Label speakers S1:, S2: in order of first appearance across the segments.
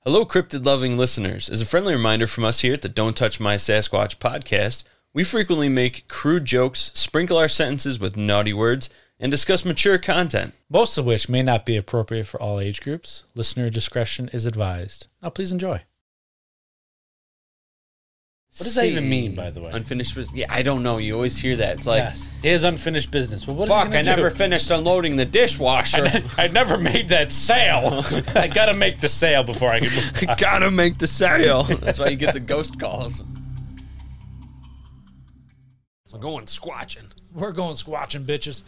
S1: Hello, cryptid loving listeners. As a friendly reminder from us here at the Don't Touch My Sasquatch podcast, we frequently make crude jokes, sprinkle our sentences with naughty words, and discuss mature content.
S2: most of which may not be appropriate for all age groups. Listener discretion is advised. Now, please enjoy. What does that even mean, by the way?
S1: Unfinished business. Yeah, I don't know. You always hear that. It's like,
S2: yes, it is unfinished business. Well, what is he
S1: fuck,
S2: gonna
S1: I never
S2: do?
S1: finished unloading the dishwasher.
S2: I never made that sale. I gotta make the sale before I can.
S1: I gotta make the sale. That's why you get the ghost calls.
S3: I'm going squatching.
S2: We're going squatching, bitches.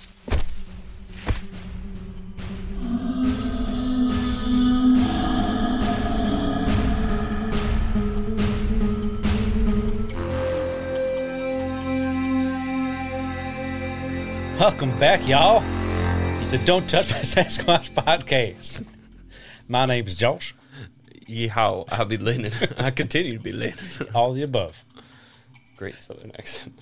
S2: Welcome back, y'all. The Don't Touch My Sasquatch podcast. My name's Josh.
S1: Yeehaw, I'll be leaning. I continue to be leaning.
S2: All the above.
S1: Great southern accent.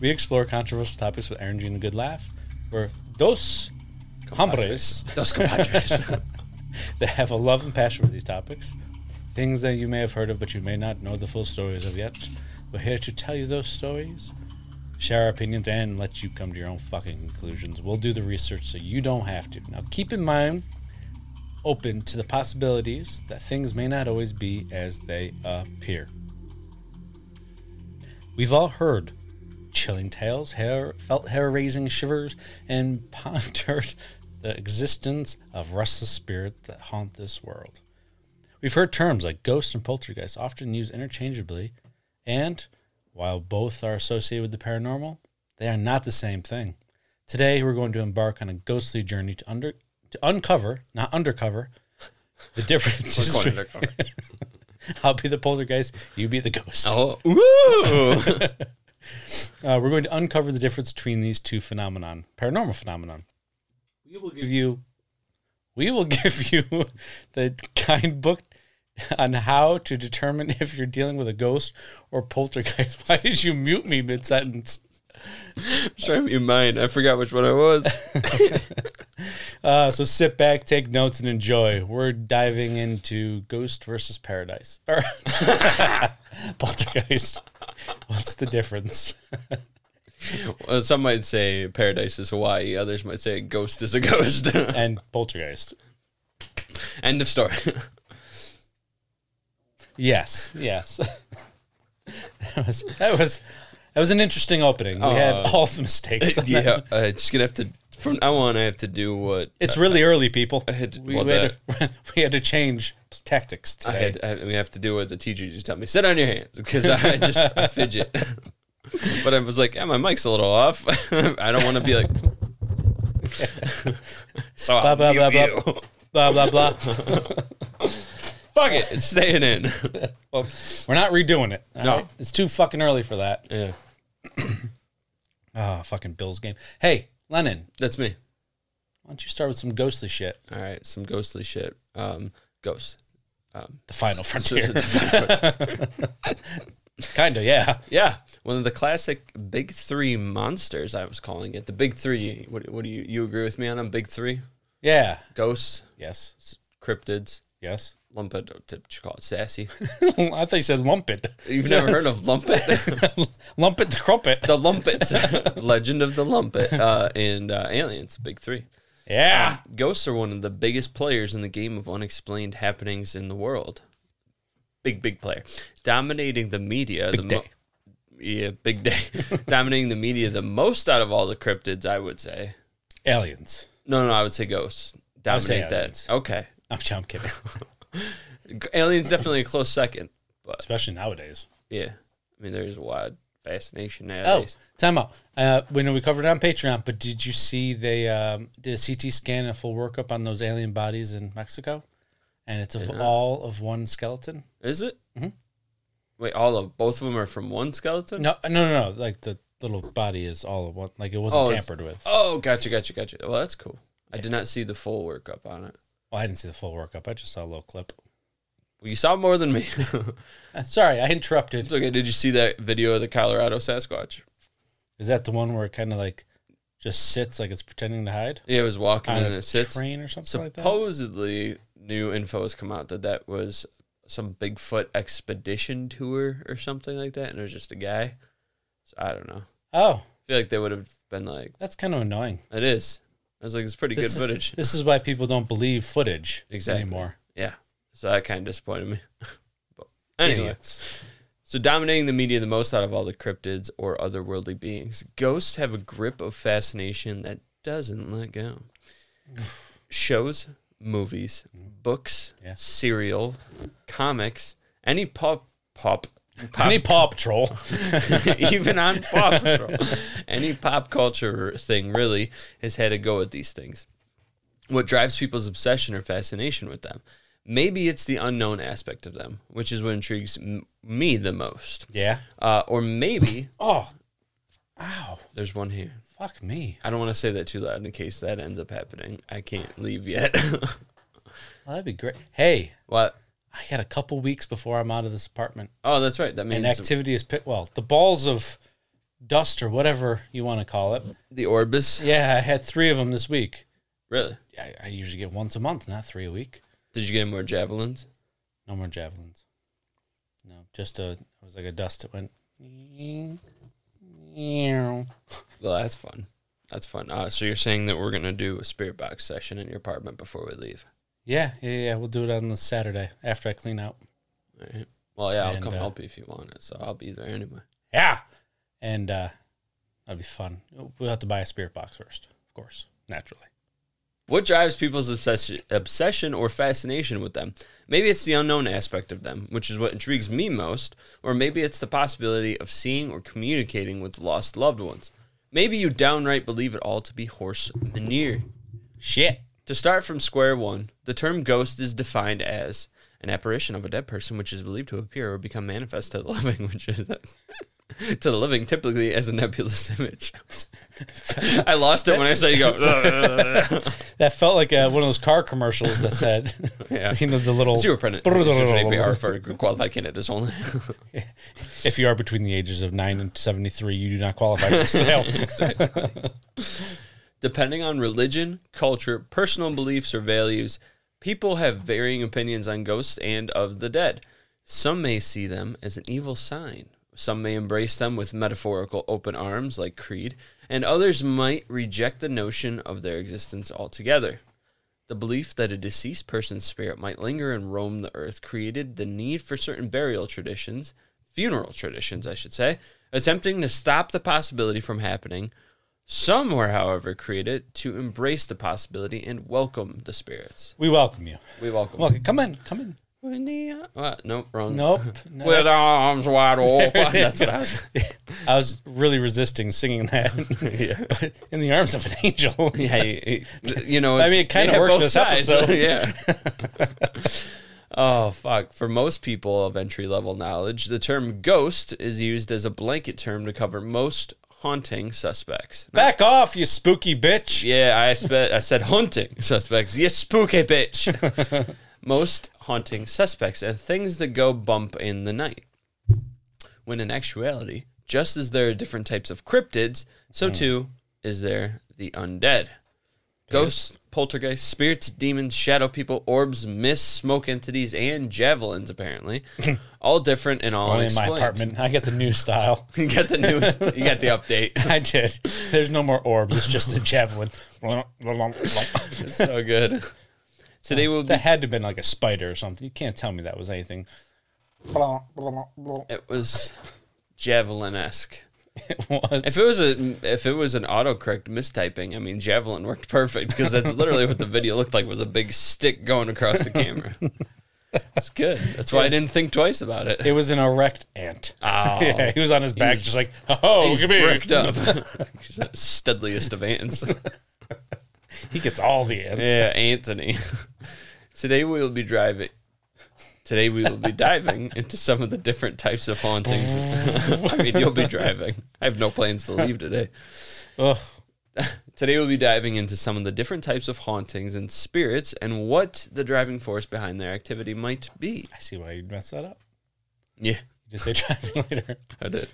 S2: We explore controversial topics with energy and a good laugh. We're dos hombres
S1: Dos compadres.
S2: that have a love and passion for these topics. Things that you may have heard of, but you may not know the full stories of yet. We're here to tell you those stories, share our opinions, and let you come to your own fucking conclusions. We'll do the research so you don't have to. Now, keep in mind, open to the possibilities that things may not always be as they appear. We've all heard chilling tales, hair, felt hair raising shivers, and pondered the existence of restless spirits that haunt this world. We've heard terms like ghost and poltergeist often used interchangeably, and while both are associated with the paranormal, they are not the same thing. Today, we're going to embark on a ghostly journey to under to uncover, not undercover, the differences.
S1: We're going
S2: between- I'll be the poltergeist, you be the ghost.
S1: oh, ooh.
S2: Uh, we're going to uncover the difference between these two phenomenon, paranormal phenomenon. We will give you, we will give you the kind book on how to determine if you're dealing with a ghost or poltergeist. Why did you mute me mid sentence?
S1: Trying to be mine. I forgot which one I was.
S2: Uh, so sit back, take notes, and enjoy. We're diving into Ghost versus Paradise or Poltergeist. What's the difference?
S1: Well, some might say paradise is Hawaii. Others might say a ghost is a ghost.
S2: And Poltergeist.
S1: End of story.
S2: Yes, yes. that was that was that was an interesting opening. We had
S1: Uh,
S2: all the mistakes. on that.
S1: yeah, uh, just gonna have to. From now on, I have to do what
S2: It's really early, people.
S1: had-
S2: we,
S1: well,
S2: we had to, we had to change tactics
S1: I
S2: today.
S1: had. I, we have to do what the teacher just taught me. Sit on your hands because I just I fidget. but I was like, yeah, my mic's a little off. I don't want to be like. so I'll
S2: Blah, blah,
S1: mute
S2: blah,
S1: you.
S2: blah. Blah blah blah.
S1: Fuck it, it's staying in.
S2: well, we're not redoing it. all
S1: No.
S2: it's too fucking early for that.
S1: yeah,
S2: Ah, fucking Bills game. Hey, Lennon,
S1: that's me.
S2: why don't you start with some ghostly shit?
S1: All right, some ghostly shit. Um, ghosts.
S2: The final frontier.
S1: the
S2: Kinda, yeah.
S1: Yeah, one of the classic big three monsters. I was calling it the big three. What, what do you you agree with me on them? Big three:
S2: Yeah.
S1: ghosts,
S2: Yes.
S1: cryptids,
S2: Yes.
S1: lumpet. Or to you call it sassy.
S2: I thought you said lumpet.
S1: You've never heard of lumpet?
S2: lumpet the crumpet.
S1: the lumpets, legend of the lumpet, uh, and uh, aliens. Big three.
S2: Yeah.
S1: Ghosts are one of the biggest players in the game of unexplained happenings in the world. Big big player, dominating the media. the mo-
S2: day.
S1: yeah, big day. dominating the media the most out of all the cryptids, I would say.
S2: Aliens.
S1: No, no, I would say ghosts dominate
S2: would say
S1: that.
S2: aliens.
S1: Okay,
S2: I'm, I'm kidding.
S1: G- aliens definitely a close second, but
S2: Especially nowadays.
S1: yeah, I mean there's a wide fascination
S2: Oh,
S1: nowadays.
S2: time out. Uh, we know we covered it on Patreon, but did you see they um, did a CT scan and a full workup on those alien bodies in Mexico? And it's of all of one skeleton.
S1: Is it? Wait, all of both of them are from one skeleton.
S2: Mm-hmm. No, no, no, no. Like the little body is all of one. Like it wasn't
S1: Oh, it's-
S2: tampered with.
S1: Oh, gotcha, gotcha, gotcha. Well, that's cool. I did not see the full workup on it.
S2: Well, Oh, I didn't see the full workup. I just saw a little clip.
S1: Well, you saw more than me.
S2: Uh, Sorry, I interrupted.
S1: it's okay. Did you see that video of the Colorado Sasquatch?
S2: Is that the one where it kind of like just sits like it's pretending to hide
S1: Yeah, it was walking
S2: on
S1: and
S2: a
S1: it sits.
S2: train or something like that?
S1: Supposedly, new info has come out that that was some Bigfoot expedition tour or something like that, and it was just a guy. So I don't know.
S2: Oh,
S1: I feel like they would have been like,
S2: that's kind of annoying.
S1: "It is." I was like, "It's pretty
S2: This
S1: good
S2: is-
S1: footage."
S2: This is why people don't believe footage
S1: Exactly.
S2: anymore.
S1: Yeah. So that kind of disappointed me. but anyway,
S2: Idiots.
S1: so dominating the media the most out of all the cryptids or otherworldly beings, ghosts have a grip of fascination that doesn't let go. Shows, movies, books,
S2: Yes.
S1: serial, comics, any pop pop. pop
S2: Any Paw Patrol.
S1: even on Paw Patrol. Any pop culture thing really has had a go at these things. What drives people's obsession or fascination with them? Maybe it's the unknown aspect of them, which is what intrigues m- me the most.
S2: yeah.
S1: Uh, or maybe
S2: Oh. Ow.
S1: there's one here.
S2: Fuck me.
S1: I don't want to say that too loud in case that ends up happening. I can't leave yet.
S2: Well, that'd be great. Hey,
S1: what?
S2: I got a couple weeks before I'm out of this apartment.
S1: Oh, that's right. That
S2: And
S1: means
S2: activity is pit. Well, the balls of dust or whatever you want to call it.
S1: the Orbis.
S2: Yeah, I had three of them this week.
S1: Really?
S2: I, I usually get once a month, not three a week.
S1: Did you get more javelins?
S2: No more javelins. No, just a. It was like a dust. It went.
S1: Well, that's fun. That's fun. Uh, so you're saying that we're gonna do a spirit box session in your apartment before we leave?
S2: Yeah, yeah, yeah. We'll do it on the Saturday after I clean out.
S1: All right. Well, yeah, I'll
S2: And,
S1: come
S2: uh,
S1: help you if you want it. So I'll be there anyway.
S2: Yeah, and uh, that'd be fun. We'll have to buy a spirit box first, of course, naturally.
S1: What drives people's obsession, obsession or fascination with them? Maybe it's the unknown aspect of them, which is what intrigues me most, or maybe it's the possibility of seeing or communicating with lost loved ones. Maybe you downright believe it all to be horse manure.
S2: Shit.
S1: To start from square one, the term ghost is defined as an apparition of a dead person which is believed to appear or become manifest to the living, which is to the living typically as a nebulous image. I lost it when I said you go.
S2: That felt like uh one of those car commercials that said,
S1: Yeah.
S2: you know, the little.
S1: Zero pregnant. APR for qualified candidates only.
S2: If you are between the ages of 9 and 73, you do not qualify for the sale.
S1: Depending on religion, culture, personal beliefs, or values, people have varying opinions on ghosts and of the dead. Some may see them as an evil sign. Some may embrace them with metaphorical open arms, like Creed, and others might reject the notion of their existence altogether. The belief that a deceased person's spirit might linger and roam the earth created the need for certain burial traditions, funeral traditions, I should say, attempting to stop the possibility from happening. Some were, however, created to embrace the possibility and welcome the spirits.
S2: we welcome you.
S1: We welcome.
S2: Welcome. Come in. Come in.
S1: In the- uh, nope, wrong.
S2: Nope. No,
S1: With
S2: that's-
S1: arms wide open. That's what I was.
S2: I was really resisting singing that.
S1: Yeah.
S2: but in the arms of an angel.
S1: Yeah, you, you know.
S2: I
S1: it's-
S2: mean, it
S1: they
S2: kinda
S1: have
S2: works
S1: both
S2: this
S1: so,
S2: episode.
S1: yeah. oh fuck! For most people of entry level knowledge, the term "ghost" is used as a blanket term to cover most haunting suspects.
S2: Back off, you spooky bitch.
S1: Yeah, I spe- I said hunting suspects. You spooky bitch. Most haunting suspects and things that go bump in the night. When in actuality, just as there are different types of cryptids, so
S2: Hmm.
S1: too is there the undead. Ghosts, poltergeists, spirits, demons, shadow people, orbs, mists, smoke entities, and javelins, apparently. all different and all
S2: Only in my
S1: explained.
S2: apartment. I got the new style.
S1: you got the news. You got the update.
S2: I did. There's no more orbs. It's just the javelin.
S1: It's so good. Today we'll be
S2: That had to have been like a spider or something. You can't tell me that was anything.
S1: It was javelin esque.
S2: It was.
S1: If it was a if it was an autocorrect mistyping, I mean javelin worked perfect because that's literally what the video looked like was a big stick going across the camera. That's good. That's why I didn't think twice about it.
S2: It was an erect ant.
S1: Oh.
S2: yeah, he was on his back, just like, oh,
S1: He's
S2: look at me.
S1: bricked up. He's the Studliest of ants.
S2: He gets all the ants.
S1: Yeah, Anthony. Today we will be driving. Today we will be diving into some of the different types of hauntings. I mean, you'll be driving. I have no plans to leave today.
S2: Ugh.
S1: Today we'll be diving into some of the different types of hauntings and spirits and what the driving force behind their activity might be.
S2: I see why you'd mess that up.
S1: Yeah,
S2: You just say driving later.
S1: I did.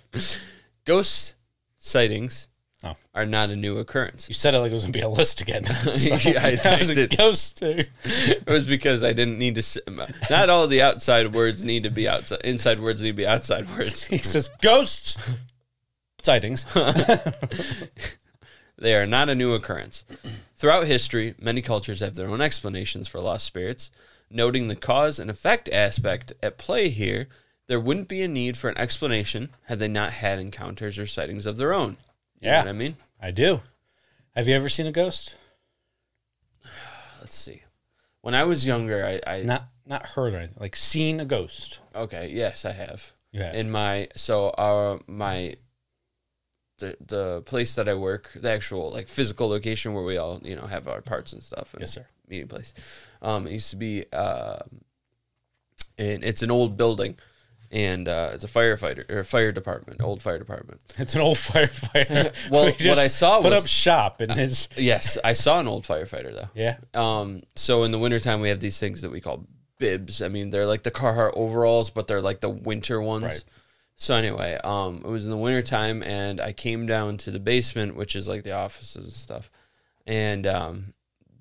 S1: Ghost sightings,
S2: Oh.
S1: are not a new occurrence.
S2: You said it like it was gonna be a list again. So,
S1: Yeah, I
S2: that was a
S1: did.
S2: ghost. too.
S1: It was because I didn't need to. s- Not all the outside words need to be outside. Inside words need to be outside words.
S2: He says ghosts sightings.
S1: They are not a new occurrence. Throughout history, many cultures have their own explanations for lost spirits. Noting the cause and effect aspect at play here, there wouldn't be a need for an explanation had they not had encounters or sightings of their own. You know
S2: Yeah.
S1: what I mean?
S2: I do. Have you ever seen a ghost?
S1: Let's see. When I was younger, I, I
S2: Not not heard or anything. Like seen a ghost.
S1: okay, yes, I have.
S2: You have.
S1: in my so our my the the place that I work, the actual like physical location where we all you know have our parts and stuff. And
S2: Yes, sir.
S1: Meeting place. Um, it used to be uh, and it's an old building, and uh, it's a firefighter or fire department, old fire department.
S2: It's an old firefighter.
S1: Well,
S2: We
S1: what
S2: just
S1: I saw
S2: put
S1: was-
S2: up shop in his
S1: Yes, I saw an old firefighter though.
S2: yeah.
S1: Um, so in the wintertime, we have these things that we call bibs. I mean, they're like the Carhartt overalls, but they're like the winter ones.
S2: Right.
S1: So anyway, um, it was in the wintertime, and I came down to the basement, which is like the offices and stuff. And um,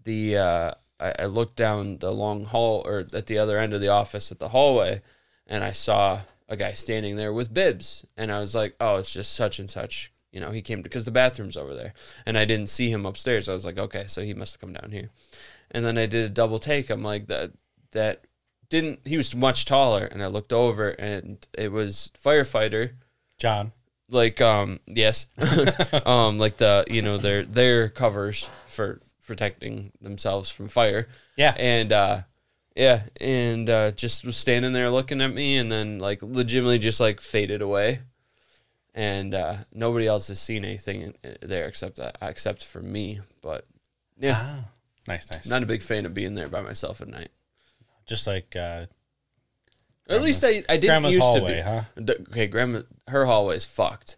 S1: the uh, I, I looked down the long hall, or at the other end of the office, at the hallway, and I saw a guy standing there with bibs, and I was like, "Oh, it's just such and such." You know, he came because the bathroom's over there, and I didn't see him upstairs. I was like, "Okay, so he must have come down here." and then I did a double take. I'm like that that didn't he was much taller and I looked over and it was firefighter
S2: John.
S1: like um yes um like the you know their their covers for protecting themselves from fire
S2: Yeah.
S1: and uh yeah and uh just was standing there looking at me and then like legitimately just like faded away and uh nobody else has seen anything in- uh, there except that except for me but yeah
S2: Ah. Nice, nice.
S1: not a big fan of being there by myself at night.
S2: just like uh,
S1: Or at least I, I didn't
S2: grandma's
S1: used
S2: hallway,
S1: to
S2: huh?
S1: be. D- Okay, grandma, her hallway's fucked.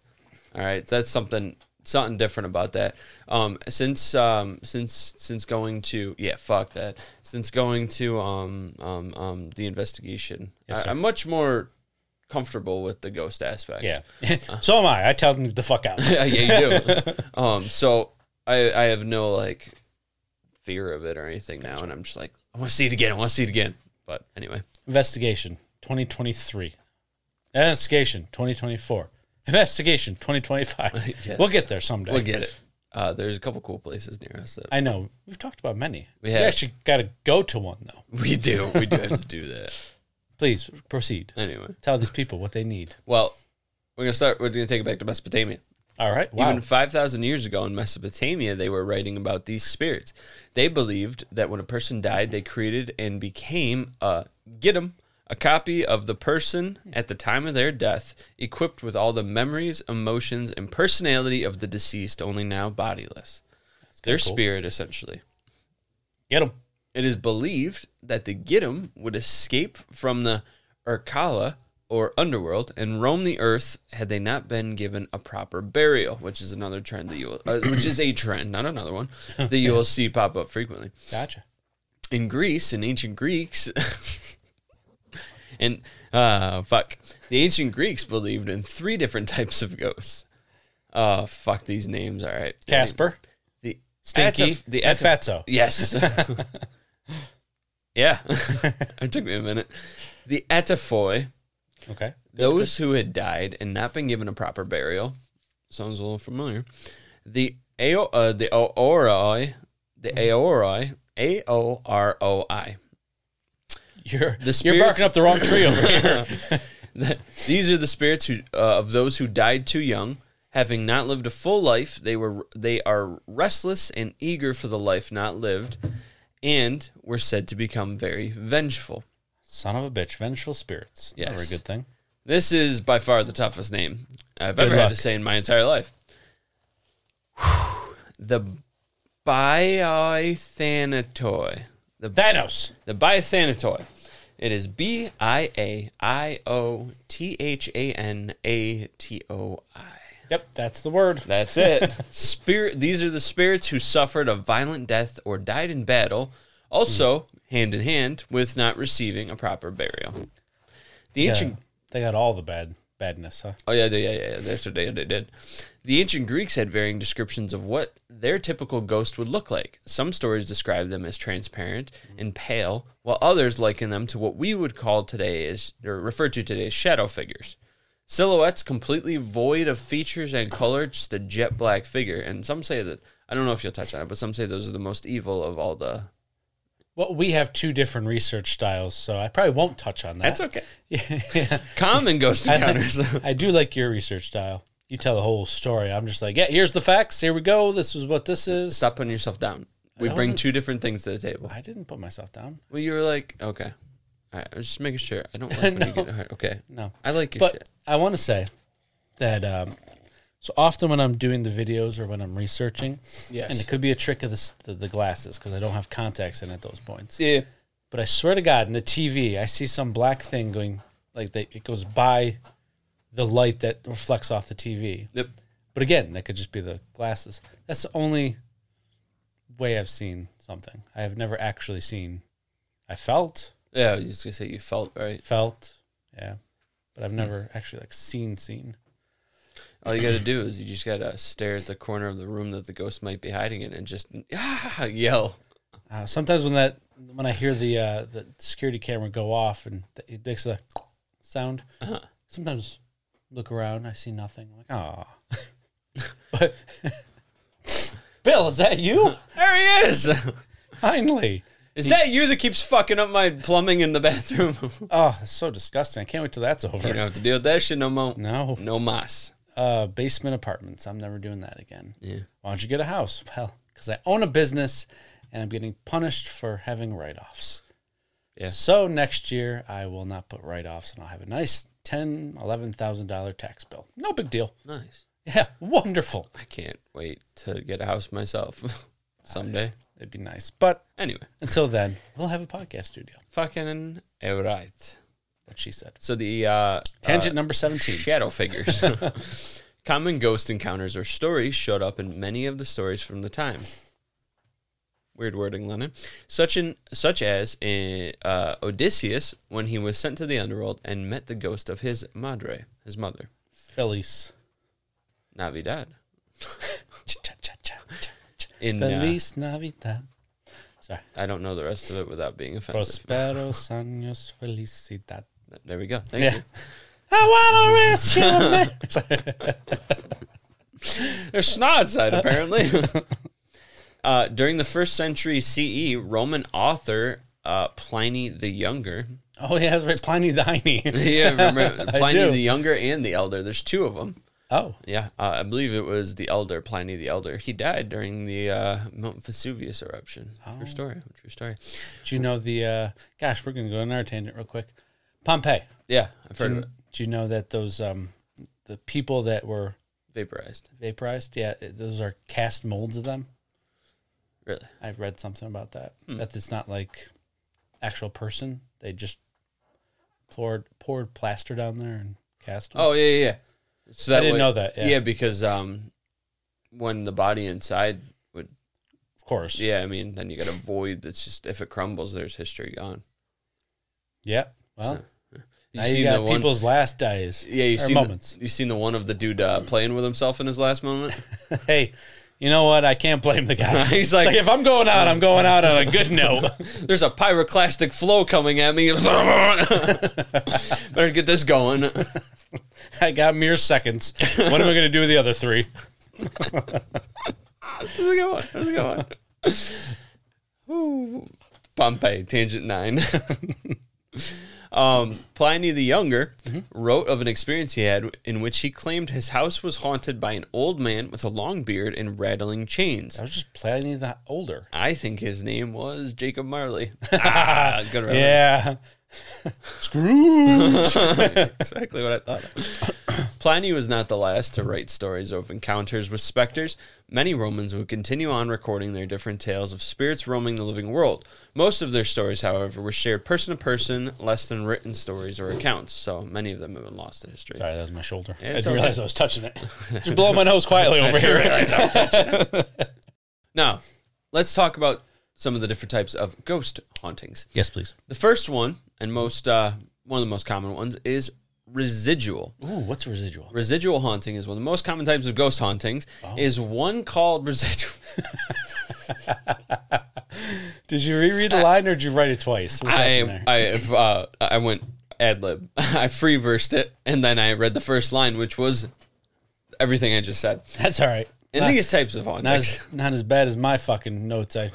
S1: All right, that's something something different about that. Um, since um, since since going to yeah, fuck that. Since going to um um um the investigation,
S2: Yes, sir.
S1: I, I'm much more comfortable with the ghost aspect.
S2: Yeah. so am I. I tell them the fuck out.
S1: yeah, you do. um, so I I have no like fear of it or anything now, and I'm just like I want to see it again. I want to see it again. But anyway.
S2: Investigation 2023. Investigation 2024. Investigation 2025.
S1: Yes.
S2: We'll get there someday.
S1: We'll get it. Uh, there's a couple cool places near us. That
S2: I know. We've talked about many. We,
S1: have.
S2: actually got to go to one, though.
S1: we do. We do have to do that.
S2: Please proceed.
S1: Anyway,
S2: Tell these people what they need.
S1: well, we're gonna start. We're gonna take it back to Mesopotamia.
S2: All right. Wow.
S1: Even five thousand years ago in Mesopotamia, they were writing about these spirits. They believed that when a person died, they created and became a get 'em a copy of the person at the time of their death, equipped with all the memories, emotions, and personality of the deceased, only now bodiless. Their
S2: cool.
S1: spirit, essentially.
S2: get them.
S1: It is believed that the Gidim would escape from the Urkala or underworld and roam the earth had they not been given a proper burial, which is another trend that you will, uh, which is a trend, not another one that you will see pop up frequently
S2: Gotcha.
S1: in Greece, in ancient Greeks, and uh, fuck, the ancient Greeks believed in three different types of ghosts. Uh, fuck these names. All right,
S2: Casper,
S1: the
S2: Stinky,
S1: Ataf- the
S2: and
S1: Ataf-
S2: Fatso.
S1: Yes. yeah. it took me a minute. The Etaphoi,
S2: Okay.
S1: those who had died and not been given a proper burial. Sounds a little familiar. The Ao, uh, the Aoroi, the Aoroi, A O R O I.
S2: You're, you're
S1: spirits-
S2: barking up the wrong tree over here.
S1: These are the spirits who, uh, of those who died too young, having not lived a full life. They were they are restless and eager for the life not lived, and were said to become very vengeful.
S2: Son of a bitch. Vengeful spirits.
S1: Yes.
S2: Never a good thing.
S1: This is by far the toughest name I've
S2: Good
S1: ever had
S2: luck.
S1: to say in my entire life. The Biathanatoi. The
S2: Thanos.
S1: the Biathanatoi. It is B I A I O T H A N A T O I.
S2: Yep. That's the word.
S1: That's it. Spirit. These are the spirits who suffered a violent death or died in battle. Also, hand in hand with not receiving a proper burial. The
S2: Yeah.
S1: ancient
S2: They got all the bad badness, huh?
S1: Oh yeah, they- yeah, yeah. yeah, That's what they, they did. The ancient Greeks had varying descriptions of what their typical ghost would look like. Some stories describe them as transparent and pale, while others liken them to what we would call today as or refer to today as shadow figures. Silhouettes completely void of features and color, just a jet black figure. And some say that I don't know if you'll touch on it, but some say those are the most evil of all the.
S2: Well, we have two different research styles, so I probably won't touch on that.
S1: That's okay.
S2: yeah.
S1: Common ghost encounters.
S2: I do like your research style. You tell the whole story. I'm just like, yeah, here's the facts. Here we go. This is what this is.
S1: Stop putting yourself down. We
S2: I
S1: bring
S2: wasn't-
S1: two different things to the table.
S2: I didn't put myself down.
S1: Well, you were like, okay. All right, I was just making sure. I don't like when you
S2: No.
S1: get all right, okay.
S2: No.
S1: I like your
S2: but
S1: shit.
S2: I want to say that um, so often when I'm doing the videos or when I'm researching,
S1: Yes.
S2: and it could be a trick of this, the, the glasses because I don't have contacts in at those points.
S1: Yeah.
S2: But I swear to God, in the TV, I see some black thing going like they, it goes by the light that reflects off the TV.
S1: Yep.
S2: But again, that could just be the glasses. That's the only way I've seen something. I have never actually seen. I felt,
S1: Yeah, I was just gonna say you felt right.
S2: felt, yeah, but
S1: Hmm.
S2: I've never actually like seen, seen.
S1: All you gotta do is you just gotta stare at the corner of the room that the ghost might be hiding in and just ah, yell.
S2: Uh, sometimes when that when I hear the uh, the security camera go off and th- it makes a sound, sometimes look around, I see nothing. like, ah. but Bill, is that you?
S1: There he is.
S2: Finally.
S1: Is that you that keeps fucking up my plumbing in the bathroom?
S2: Oh, that's so disgusting. I can't wait till that's over.
S1: you don't have to deal with that shit no more.
S2: No.
S1: No mas.
S2: Uh, basement apartments. I'm never doing that again.
S1: Yeah.
S2: Why don't you get a house? Well, because I own a business and I'm getting punished for having write offs.
S1: Yeah.
S2: So next year I will not put write offs and I'll have a nice ten, eleven thousand dollar tax bill. No big deal.
S1: Nice.
S2: Yeah, wonderful.
S1: I can't wait to get a house myself someday.
S2: It'd be nice. But
S1: Anyway,
S2: until then, we'll have a podcast studio.
S1: fucking all right.
S2: What she said.
S1: So the uh,
S2: Tangent number seventeen.
S1: Shadow figures. Common ghost encounters or stories showed up in many of the stories from the time. Weird wording, Lennon. Such in such as in uh, Odysseus when he was sent to the underworld and met the ghost of his madre, his mother,
S2: Feliz.
S1: Navidad.
S2: Ch-ch-ch-ch-ch-ch.
S1: In uh,
S2: Feliz Navidad. Sorry.
S1: I don't know the rest of it without being offensive.
S2: Prosperos años felicidad.
S1: There we go. Thank you.
S2: I wanna rest you, man.
S1: There's snot outside, apparently. uh, during the first century CE, Roman author uh, Pliny the Younger
S2: Oh yeah, that's right. Pliny the Hiney.
S1: yeah, remember
S2: I
S1: Pliny
S2: do.
S1: the Younger and the Elder. There's two of them.
S2: Oh,
S1: Yeah, uh, I believe it was the Elder, Pliny the Elder. He died during the uh, Mount Vesuvius eruption.
S2: Oh.
S1: True story. True story.
S2: do you know the? Uh, gosh, we're gonna go on our tangent real quick. Pompeii.
S1: Yeah, I've heard of it.
S2: Do you know that those um, the people that were
S1: Vaporized.
S2: vaporized? Yeah, those are cast molds of them.
S1: Really?
S2: I've read something about that. That it's not like actual person. They just poured poured plaster down there and cast. Them.
S1: Oh yeah, yeah. yeah. So that
S2: I didn't
S1: way-
S2: know that,
S1: Yeah.
S2: yeah.
S1: because um, when the body inside would.
S2: of course. Yeah.
S1: Yeah, I mean, then you got a void that's just if it crumbles, there's history gone.
S2: Well,
S1: You
S2: now you
S1: seen
S2: got
S1: the one?
S2: people's last days.
S1: yeah, you
S2: or
S1: seen
S2: moments.
S1: the, you seen the one of the dude uh, playing with himself in his last moment.
S2: hey, you know what? I can't blame the guy.
S1: He's
S2: It's like,
S1: like,
S2: if I'm going out, I'm going out on a good note.
S1: There's a pyroclastic flow coming at me. Better get this going.
S2: I got mere seconds. What am I going to do with the other three?
S1: There's a good one. There's a good one. Ooh. Pompeii, tangent nine. um, Pliny the Younger wrote of an experience he had in which he claimed his house was haunted by an old man with a long beard and rattling chains.
S2: I was just planning that older.
S1: I think his name was Jacob Marley. ah, good reference.
S2: Yeah. Screw.
S1: exactly what I thought. Pliny was not the last to write stories of encounters with specters. Many Romans would continue on recording their different tales of spirits roaming the living world. Most of their stories, however, were shared person to person, less than written stories or accounts. So many of them have been lost to history.
S2: Sorry, that was my shoulder. I
S1: it's
S2: didn't
S1: okay.
S2: realize I was touching it. Just blowing my nose quietly over here.
S1: Now, let's talk about some of the different types of ghost hauntings.
S2: yes, please.
S1: The first one, and most uh, one of the most common ones, is residual.
S2: Ooh, what's residual?
S1: Residual haunting is one of the most common types of ghost hauntings. Is one called residual?
S2: Did you reread the line or did you write it twice? What's
S1: I
S2: happening there?
S1: I have, uh, I went ad lib. I free versed it, and then I read the first line, which was everything I just said.
S2: That's all right.
S1: And
S2: Not-
S1: these types of
S2: Not
S1: hauntings,
S2: as, not as bad as my fucking notes I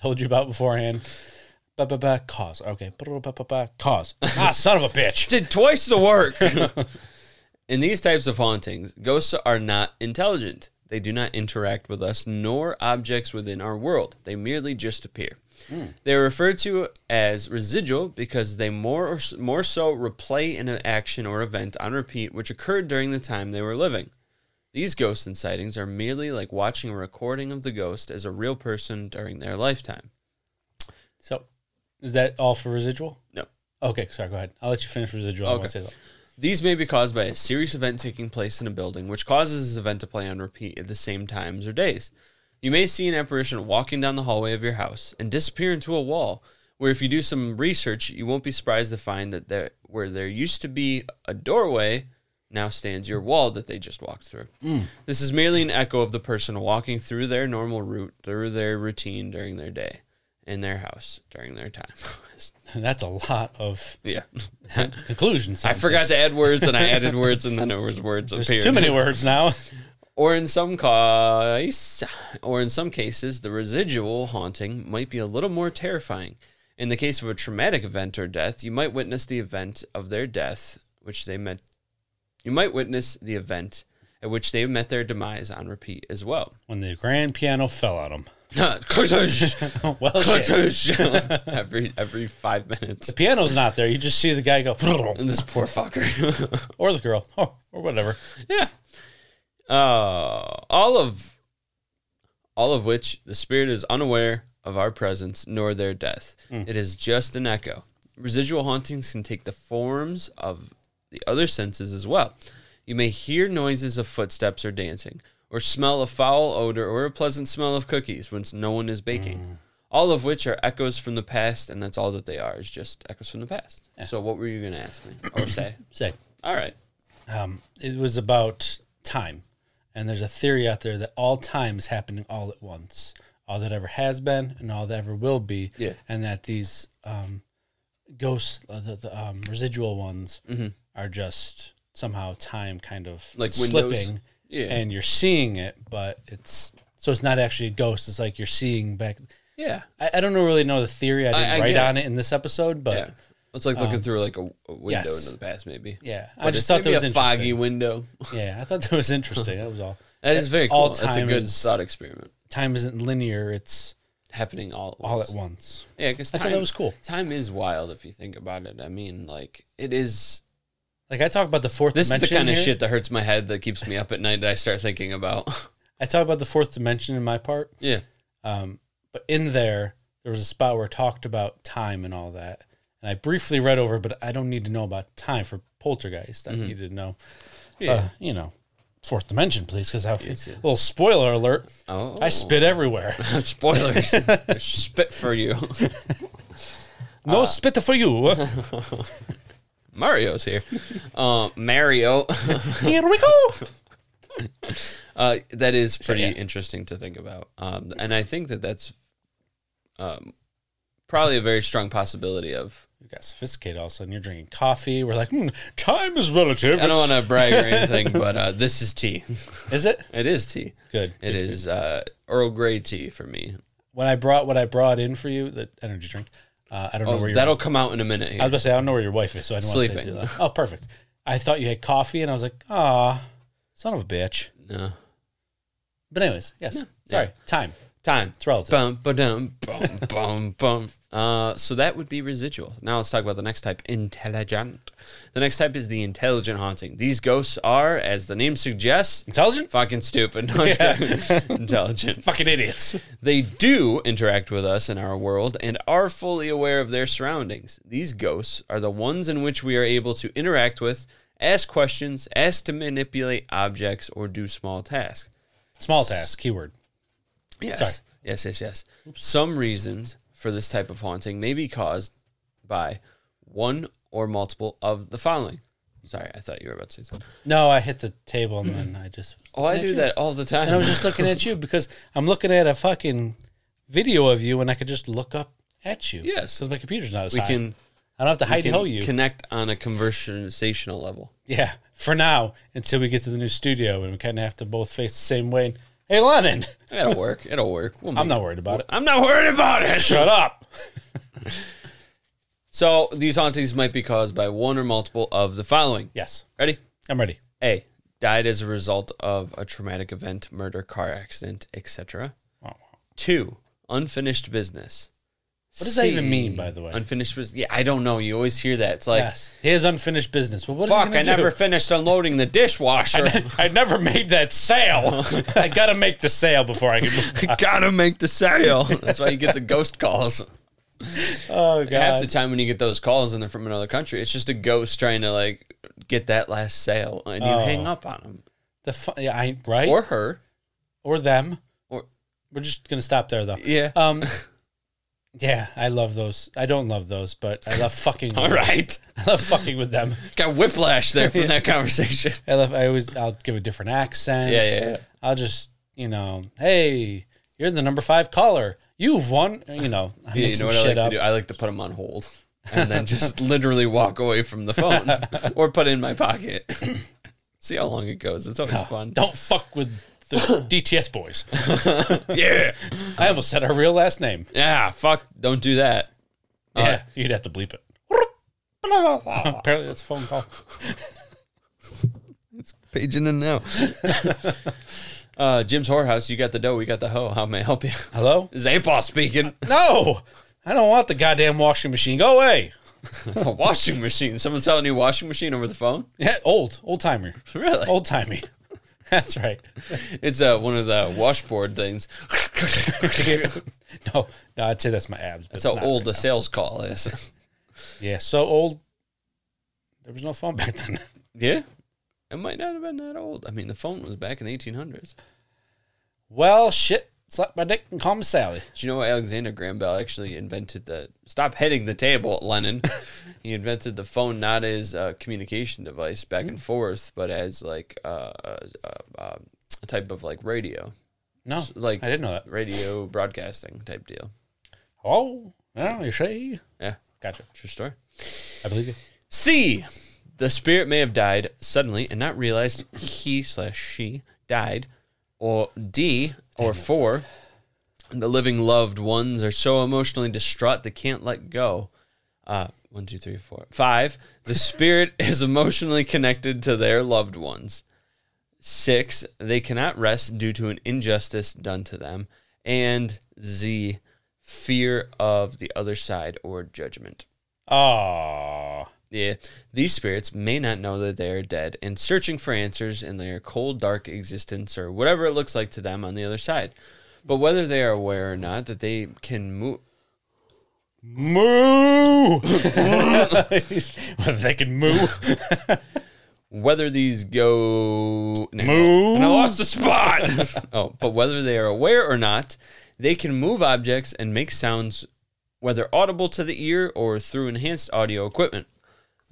S2: told you about beforehand. Ba ba ba cause. Okay. Ba, ba, ba, ba, ba, cause. Ah, son of a bitch.
S1: did twice the work. In these types of hauntings, ghosts are not intelligent. They do not interact with us nor objects within our world. They merely just appear. They are referred to as residual because they more or s- more so replay an action or event on repeat which occurred during the time they were living. These ghosts and sightings are merely like watching a recording of the ghost as a real person during their lifetime.
S2: So, is that all for residual?
S1: No.
S2: Okay, sorry. Go ahead. I'll let you finish residual. I wanna
S1: Okay.
S2: say that.
S1: These may be caused by a serious event taking place in a building, which causes this event to play on repeat at the same times or days. You may see an apparition walking down the hallway of your house and disappear into a wall, where if you do some research, you won't be surprised to find that there, where there used to be a doorway, now stands your wall that they just walked through. This is merely an echo of the person walking through their normal route, through their routine during their day, in their house during their time.
S2: That's a lot of
S1: yeah.
S2: conclusions.
S1: I forgot to add words and I added words and then it was words
S2: There's
S1: appeared.
S2: too many words now.
S1: Or in some case, or in some cases, the residual haunting might be a little more terrifying. In the case of a traumatic event or death, you might witness the event of their death, which they met. You might witness the event at which they met their demise on repeat as well.
S2: When the grand piano fell on him.
S1: Every
S2: well, shit.
S1: every five minutes,
S2: The piano's not there. You just see the guy go,
S1: and this poor fucker.
S2: or the girl, or, or whatever.
S1: Yeah. Uh, all of all of which the spirit is unaware of our presence nor their death. It is just an echo. Residual hauntings can take the forms of the other senses as well. You may hear noises of footsteps or dancing, or smell a foul odor or a pleasant smell of cookies when no one is baking. All of which are echoes from the past, and that's all that they are, is just echoes from the past. So, what were you going to ask me or say?
S2: Say,
S1: All right.
S2: um, it was about time. And there's a theory out there that all time is happening all at once, all that ever has been and all that ever will be.
S1: Yeah.
S2: And that these um, ghosts, uh, the, the um, residual ones, are just somehow time kind of
S1: Mm-hmm. Like windows?
S2: slipping.
S1: Yeah.
S2: And you're seeing it, but it's so it's not actually a ghost. It's like you're seeing back.
S1: Yeah.
S2: I, I don't know- really know the theory. I didn't
S1: I
S2: write
S1: get
S2: on it in this episode, but
S1: Yeah. It's like looking through like a, a window
S2: Um, yes.
S1: into the past, maybe.
S2: yeah,
S1: But
S2: I just
S1: it's
S2: thought that
S1: maybe
S2: was
S1: a
S2: interesting.
S1: foggy window.
S2: Yeah, I thought that was interesting. That was all.
S1: That is very cool.
S2: all
S1: That's a
S2: time
S1: good
S2: is-
S1: thought experiment.
S2: Time isn't linear; it's
S1: Happening all at once.
S2: all at once.
S1: Yeah, because
S2: I
S1: time
S2: thought that was cool.
S1: Time is wild if you think about it. I mean, like it is.
S2: Like I talk about the fourth.
S1: This is
S2: dimension
S1: the kind of
S2: here.
S1: shit that hurts my head that keeps me up at night. That I start thinking about.
S2: I talk about the fourth dimension in my part,
S1: yeah,
S2: um, but in there there was a spot where it talked about time and all that, and I briefly read over, but I don't need to know about time for poltergeist. I needed to know,
S1: Mm-hmm. yeah.
S2: uh, you know, fourth dimension, please, because I a little spoiler alert.
S1: oh,
S2: I spit everywhere.
S1: spoilers. There's spit for you. Ah.
S2: no spit for you.
S1: Mario's here. Uh, Mario.
S2: Here we go.
S1: Uh, that is pretty
S2: yeah.
S1: interesting to think about, um, and I think that that's um, probably a very strong possibility of.
S2: You got sophisticated all of a sudden. You're drinking coffee. We're like, hmm, time is relative.
S1: I don't
S2: It's-
S1: want to brag or anything, but uh, this is tea.
S2: Is it
S1: It is tea.
S2: good?
S1: It is uh, Earl Grey tea for me.
S2: When I brought what I brought in for you, the energy drink. Uh, I don't know
S1: Oh,
S2: where your.
S1: that'll come out in a minute.
S2: I was
S1: Here.
S2: about to say I don't know where your wife is, so I don't want to say it too
S1: Sleeping.
S2: loud. Oh, perfect. I thought you had coffee, and I was like, ah, son of a bitch.
S1: No.
S2: But anyways, yes. Sorry, time.
S1: Time.
S2: It's relative.
S1: Bum, ba-dum, bum, bum, bum. Uh, so that would be residual. Now let's talk about the next type, intelligent. The next type is the intelligent haunting. These ghosts are, as the name suggests,
S2: Intelligent.
S1: fucking stupid, No, intelligent.
S2: Fucking idiots.
S1: They do interact with us in our world and are fully aware of their surroundings. These ghosts are the ones in which we are able to interact with, ask questions, ask to manipulate objects, or do small tasks.
S2: Small task. Keyword.
S1: Yes.
S2: Sorry.
S1: Yes, yes, yes. Some reasons for this type of haunting may be caused by one or multiple of the following Sorry, I thought you were about to say something.
S2: No, I hit the table and then I just.
S1: Oh, I
S2: At
S1: do
S2: you.
S1: that all the time.
S2: And I was just looking at you because I'm looking at a fucking video of you and I could just look up at you.
S1: Yes.
S2: Because my computer's not as
S1: we
S2: high.
S1: can,
S2: I don't have to
S1: we
S2: hide
S1: can
S2: ho you.
S1: connect on a conversational level.
S2: yeah. For now, until we get to the new studio and we kind of have to both face the same way. Hey, Lennon.
S1: It'll work. It'll work. We'll
S2: I'm
S1: make
S2: not worried about
S1: it.
S2: it.
S1: I'm not worried about it.
S2: Shut up.
S1: So these hauntings might be caused by one or multiple of the following.
S2: Yes.
S1: Ready?
S2: I'm ready.
S1: A. Died as a result of a traumatic event, murder, car accident, etc.
S2: Wow,
S1: Two. Unfinished business.
S2: What does that even mean, by the way?
S1: Unfinished business. Yeah, I don't know. You always hear that. It's like,
S2: yes. He has unfinished business. Well, what is he
S1: fuck,
S2: gonna
S1: I never
S2: do?
S1: finished unloading the dishwasher.
S2: I never made that sale. I got to make the sale before I can move.
S1: I gotta make the sale. That's why you get the ghost calls.
S2: Oh, God.
S1: Half the time when you get those calls and they're from another country, it's just a ghost trying to like get that last sale, and you hang
S2: Oh.
S1: up on him
S2: the fu- yeah, I, right?
S1: or her.
S2: or them.
S1: Or
S2: We're just gonna stop there though.
S1: Yeah.
S2: Um. Yeah, I love those. I don't love those, but I love fucking. with
S1: all
S2: them.
S1: right,
S2: I love fucking with them.
S1: got whiplash there from that conversation.
S2: I love. I always. I'll give a different accent.
S1: Yeah, yeah, yeah.
S2: I'll just, you know, hey, you're the number five caller. You've won. You know,
S1: Yeah,
S2: I make
S1: you know
S2: some
S1: what I
S2: shit
S1: like
S2: up.
S1: to do? I like to put them on hold and then just literally walk away from the phone or put it in my pocket. See how long it goes. It's always fun.
S2: Oh, Don't fuck with the DTS boys.
S1: Yeah,
S2: I almost said our real last name.
S1: yeah. Fuck, don't do that.
S2: Yeah,
S1: right.
S2: you'd have to bleep it. Apparently, that's a phone call.
S1: Paging in now. uh, Jim's whorehouse. You got the dough. We got the hoe. How may I help you?
S2: Hello?
S1: Zapaw speaking.
S2: No, I don't want the goddamn washing machine. Go away.
S1: washing machine. Someone selling you a washing machine over the phone?
S2: Yeah, old, old timer,
S1: Really?
S2: old timey. That's right.
S1: It's uh, one of the washboard things.
S2: no, no, I'd say that's my abs. But
S1: That's
S2: it's
S1: how
S2: not
S1: old the
S2: right
S1: sales call is.
S2: now. Yeah, so old. There was no phone back then.
S1: yeah. It might not have been that old. I mean, the phone was back in the 1800s.
S2: Well, shit. Slap my dick and call me Sally.
S1: Do you know Alexander Graham Bell actually invented the stop hitting the table, Lennon? he invented the phone not as a communication device back
S2: Mm-hmm.
S1: and forth, but as like uh, uh, uh, um, a type of like radio,
S2: No,
S1: S- like
S2: I didn't know that.
S1: radio broadcasting type deal.
S2: Oh, well, you see,
S1: Yeah,
S2: gotcha.
S1: true story.
S2: I believe you.
S1: C. The spirit may have died suddenly and not realized he slash she died. Or D. Or four. The living loved ones are so emotionally distraught they can't let go. Uh, one, two, three, four, five. The spirit is emotionally connected to their loved ones. Six. They cannot rest due to an injustice done to them. And Z. Fear of the other side or judgment.
S2: Oh,
S1: Yeah. These spirits may not know that they are dead and searching for answers in their cold, dark existence or whatever it looks like to them on the other side. But whether they are aware or not that they can move.
S2: moo. well, they can moo.
S1: Whether these go. No.
S2: Move.
S1: And I lost the spot! oh, but whether they are aware or not, they can move objects and make sounds, whether audible to the ear or through enhanced audio equipment.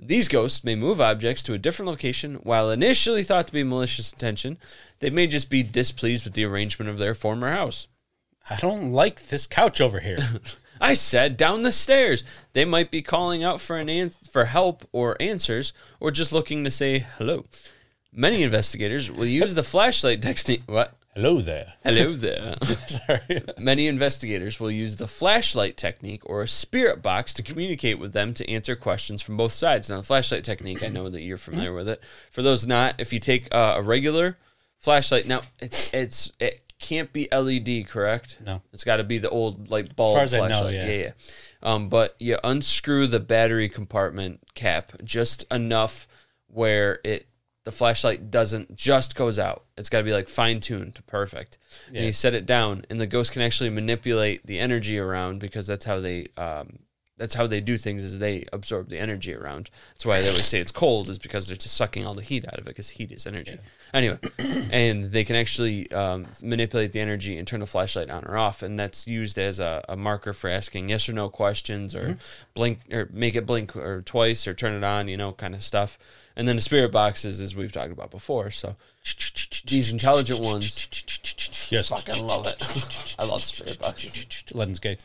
S1: These ghosts may move objects to a different location. While initially thought to be malicious intention, they may just be displeased with the arrangement of their former house.
S2: I don't like this couch over here.
S1: I said down the stairs. They might be calling out for an an- for help or answers, or just looking to say hello. Many investigators will use the flashlight technique. What?
S2: Hello there.
S1: Hello there.
S2: Sorry.
S1: Many investigators will use the flashlight technique or a spirit box to communicate with them to answer questions from both sides. Now, the flashlight technique, I know that you're familiar with it. For those not, if you take uh, a regular flashlight, now it's it's it can't be LED, correct?
S2: No.
S1: it's got to be the old like bulb
S2: far as I know,
S1: flashlight.
S2: yeah.
S1: yeah, yeah. Um, but you unscrew the battery compartment cap just enough where it the flashlight doesn't just goes out. It's got to be like fine tuned to perfect. And you set it down, and the ghost can actually manipulate the energy around because that's how they um, that's how they do things is they absorb the energy around. That's why they always say it's cold is because they're just sucking all the heat out of it because heat is energy. Anyway, and they can actually um, manipulate the energy and turn the flashlight on or off, and that's used as a, a marker for asking yes or no questions or blink or make it blink or twice or turn it on, you know, kind of stuff. And then the spirit boxes, as we've talked about before, so these intelligent ones
S2: Yes.
S1: fucking love it. I love spirit boxes.
S2: Lennon's gay.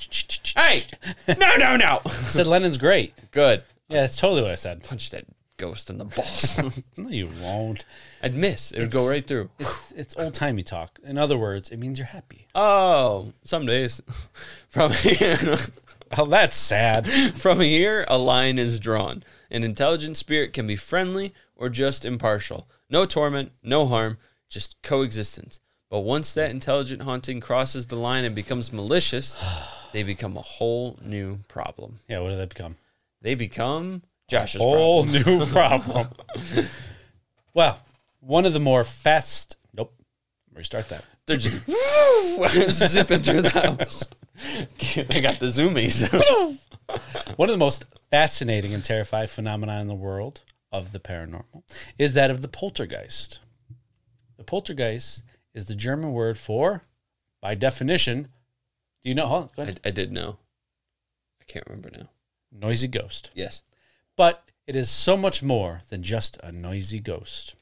S1: Hey, no, no, no.
S2: said Lennon's great.
S1: Good.
S2: Yeah, that's totally what I said.
S1: punch that ghost in the balls.
S2: No, you won't.
S1: I'd miss. It would go right through.
S2: It's, it's old timey talk. In other words, it means you're happy.
S1: Oh, some days. From here,
S2: Oh, that's sad.
S1: from here, a line is drawn. An intelligent spirit can be friendly or just impartial. No torment, no harm, just coexistence. But once that intelligent haunting crosses the line and becomes malicious, they become a whole new problem.
S2: Yeah, what did that become?
S1: They become Josh's problem.
S2: Whole new problem. well, one of the more fast. Nope. Restart that.
S1: They're just zipping through the house. I got the zoomies.
S2: One of the most fascinating and terrifying phenomena in the world of the paranormal is that of the poltergeist. The poltergeist is the German word for, by definition, do you know? Hold on, go
S1: I,
S2: ahead.
S1: I did know. I can't remember now.
S2: Noisy ghost.
S1: Yes.
S2: But it is so much more than just a noisy ghost.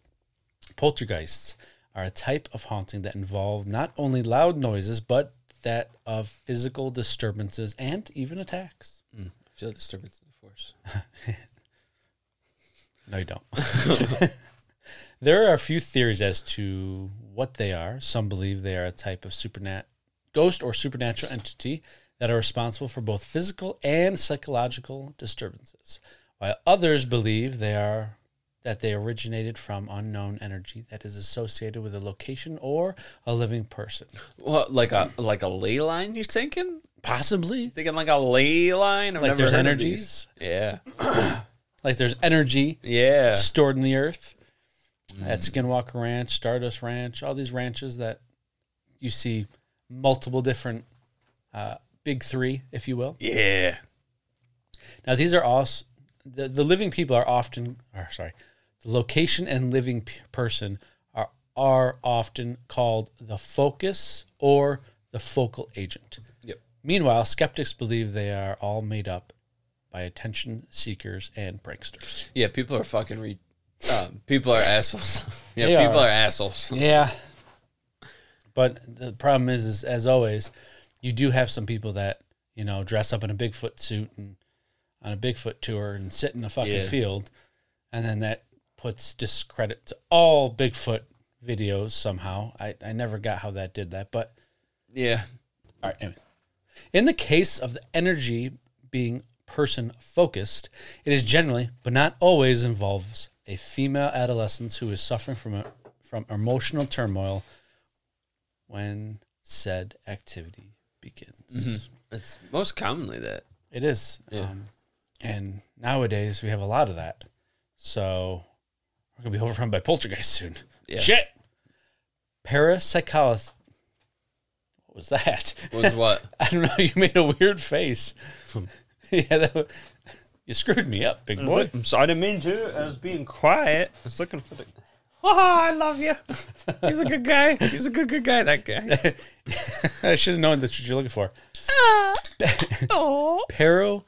S2: Poltergeists are a type of haunting that involve not only loud noises, but that of physical disturbances and even attacks.
S1: I feel a disturbance in the force.
S2: No, you don't. there are a few theories as to what they are. Some believe they are a type of supernat- ghost or supernatural entity that are responsible for both physical and psychological disturbances, while others believe they are that they originated from unknown energy that is associated with a location or a living person.
S1: Well, like a like a ley line. You're thinking?
S2: Possibly
S1: Thinking like a ley line? I've
S2: like
S1: never
S2: there's
S1: heard of
S2: energies,
S1: these. Yeah.
S2: like there's energy
S1: Yeah.
S2: stored in the earth at Skinwalker Ranch, Stardust Ranch, all these ranches that you see multiple different uh, big three, if you will.
S1: Yeah.
S2: Now these are all s- the, the living people are often, or sorry, the location and living p- person are are often called the focus or the focal agent.
S1: Yep.
S2: Meanwhile, skeptics believe they are all made up by attention seekers and pranksters.
S1: Yeah. People are fucking re. Um, people are assholes. yeah.
S2: They
S1: people
S2: are.
S1: are, assholes.
S2: Yeah. But the problem is, is as always, you do have some people that you know dress up in a Bigfoot suit and on a Bigfoot tour and sit in a fucking
S1: Yeah.
S2: field, and then that puts discredit to all Bigfoot videos somehow. I I never got how that did that, but
S1: Yeah.
S2: all right. Anyway. In the case of the energy being person focused, it is generally, but not always, involves a female adolescent who is suffering from a, from emotional turmoil when said activity begins.
S1: Mm-hmm. It's most commonly that.
S2: It is. Um, and nowadays we have a lot of that. So we're going to be overrun by poltergeist soon.
S1: Yeah.
S2: Shit. Parapsychologist. What was that?
S1: Was what?
S2: I don't know. You made a weird face. yeah, that wa- you screwed me up, big boy.
S1: so I didn't mean to. I was being quiet. I was looking for the. Oh, I love you. He's a good guy. He's a good, good guy. That guy.
S2: I should have known that's what you're looking for. Paro,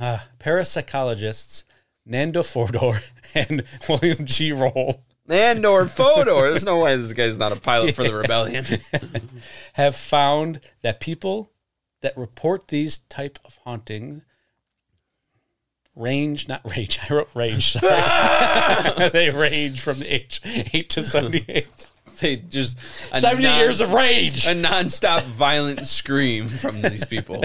S2: uh, parapsychologists Nando Fordor and William G. Roll
S1: Mandor Fodor. There's no way this guy's not a pilot for the rebellion.
S2: have found that people that report these type of hauntings range, not rage. I wrote rage. Sorry. they range from the age eight to seventy-eight.
S1: they just a
S2: Seventy
S1: non-
S2: years of rage.
S1: a nonstop violent scream from these people.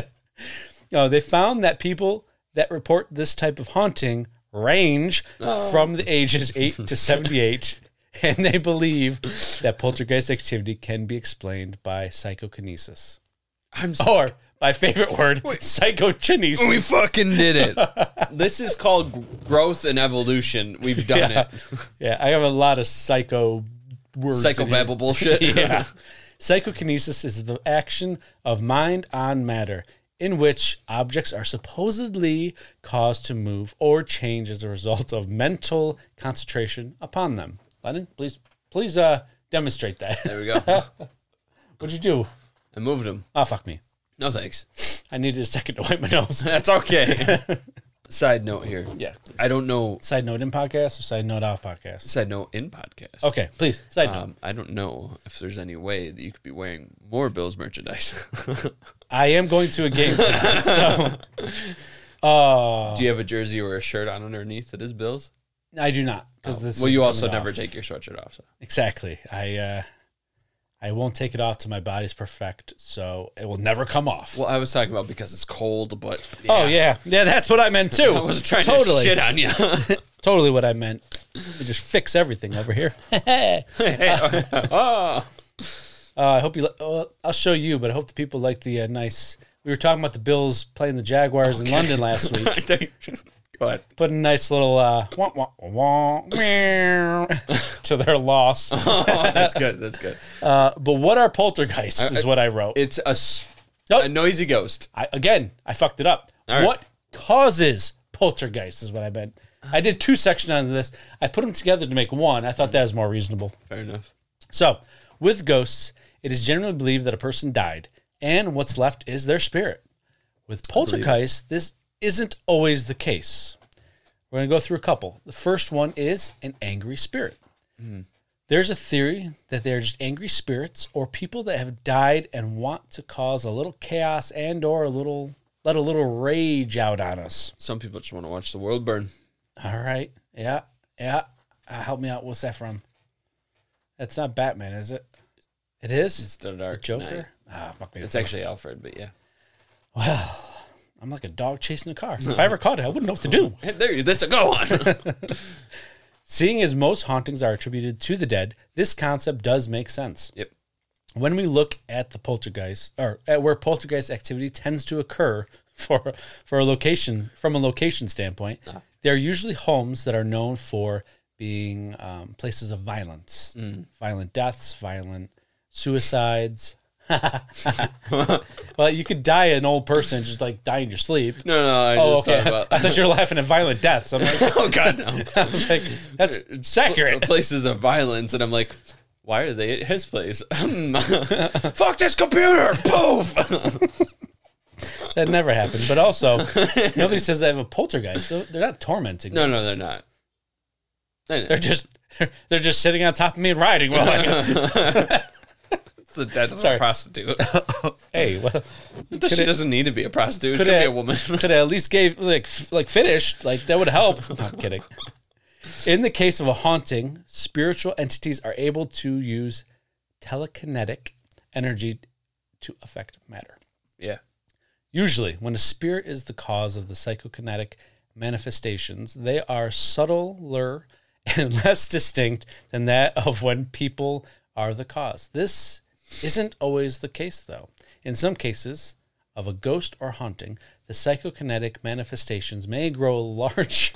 S2: No, Uh, they found that people that report this type of haunting range from the ages 8 to 78, and they believe that poltergeist activity can be explained by psychokinesis
S1: I'm sorry.
S2: or my favorite word, psychokinesis.
S1: We fucking did it. This is called g- growth and evolution. We've done
S2: Yeah.
S1: it.
S2: yeah, I have a lot of psycho words. in here.
S1: Psychobabble bullshit.
S2: yeah. Psychokinesis is the action of mind on matter. in which objects are supposedly caused to move or change as a result of mental concentration upon them. Lennon, please, please uh, demonstrate that.
S1: There we go.
S2: What'd you do?
S1: I moved him.
S2: Oh, fuck me.
S1: No thanks.
S2: I needed a second to wipe my nose.
S1: That's okay. Side note here.
S2: yeah.
S1: I don't know.
S2: Side note in podcast or side note off podcast?
S1: Side note in podcast.
S2: Okay, please. Side note.
S1: Um, I don't know if there's any way that you could be wearing more Bills merchandise.
S2: I am going to a game tonight, so. Uh,
S1: Do you have a jersey or a shirt on underneath that is Bills?
S2: I do not because this.
S1: Well,
S2: is
S1: you
S2: coming
S1: also
S2: off.
S1: never take your sweatshirt off. So.
S2: Exactly. I uh, I won't take it off till my body's perfect, so it will never come off.
S1: Well, I was talking about because it's cold, but
S2: Oh yeah, yeah. That's what I meant too.
S1: I was trying
S2: totally,
S1: to shit on you.
S2: totally what I meant. We just fix everything over here.
S1: oh,
S2: Uh, I hope you. Li- oh, I'll show you, but I hope the people like the uh, nice. We were talking about the Bills playing the Jaguars in London last week.
S1: go ahead.
S2: Put a nice little uh, wah, wah, wah, meow to their loss.
S1: Oh, that's good. That's good.
S2: Uh, but what are poltergeists is what I wrote.
S1: It's a s-
S2: Nope.
S1: a noisy ghost.
S2: I, again, I fucked it up.
S1: right.
S2: What causes poltergeist is what I meant. I did two sections on this. I put them together to make one. I thought that was more reasonable.
S1: Fair enough.
S2: So, with ghosts, it is generally believed that a person died and what's left is their spirit. With poltergeists, this isn't always the case. We're going to go through a couple. The first one is an angry spirit. There's a theory that they're just angry spirits or people that have died and want to cause a little chaos and or a little let a little rage out on us.
S1: Some people just want to watch the world burn.
S2: All right. Yeah. Yeah. Uh, help me out. What's that from? That's not Batman, is it? It is?
S1: It's the dark night.
S2: Joker. Ah, fuck me.
S1: It's actually Alfred, but yeah.
S2: I'm like a dog chasing a car. If I ever caught it, I wouldn't know what to do.
S1: Hey, there you. That's a go on.
S2: Seeing as most hauntings are attributed to the dead, this concept does make sense.
S1: yep.
S2: When we look at the poltergeist or at where poltergeist activity tends to occur for for a location from a location standpoint, they're usually homes that are known for being um, places of violence, violent deaths, violent suicides. well, you could die an old person and just like die in your sleep.
S1: No, no. I
S2: Oh,
S1: just
S2: okay.
S1: thought
S2: I
S1: about.
S2: thought you were laughing at violent deaths. I'm like,
S1: oh God, no.
S2: I was like that's accurate.
S1: Places of violence, and I'm like, why are they at his place? Hmm. Fuck this computer! Poof.
S2: That never happened. But also, nobody says I have a poltergeist. So they're not tormenting. me.
S1: no, no, they're not. I know.
S2: They're just they're just sitting on top of me and riding. Well, like,
S1: It's the death of a
S2: Sorry.
S1: prostitute.
S2: hey, well,
S1: she doesn't need to be a prostitute. Could,
S2: could
S1: could be a
S2: I,
S1: woman.
S2: could I at least gave like f- like finished like that would help. No, I'm kidding. In the case of a haunting, spiritual entities are able to use telekinetic energy to affect matter.
S1: yeah.
S2: Usually, when a spirit is the cause of the psychokinetic manifestations, they are subtler and less distinct than that of when people are the cause. This isn't always the case, though. In some cases of a ghost or haunting, the psychokinetic manifestations may grow larger.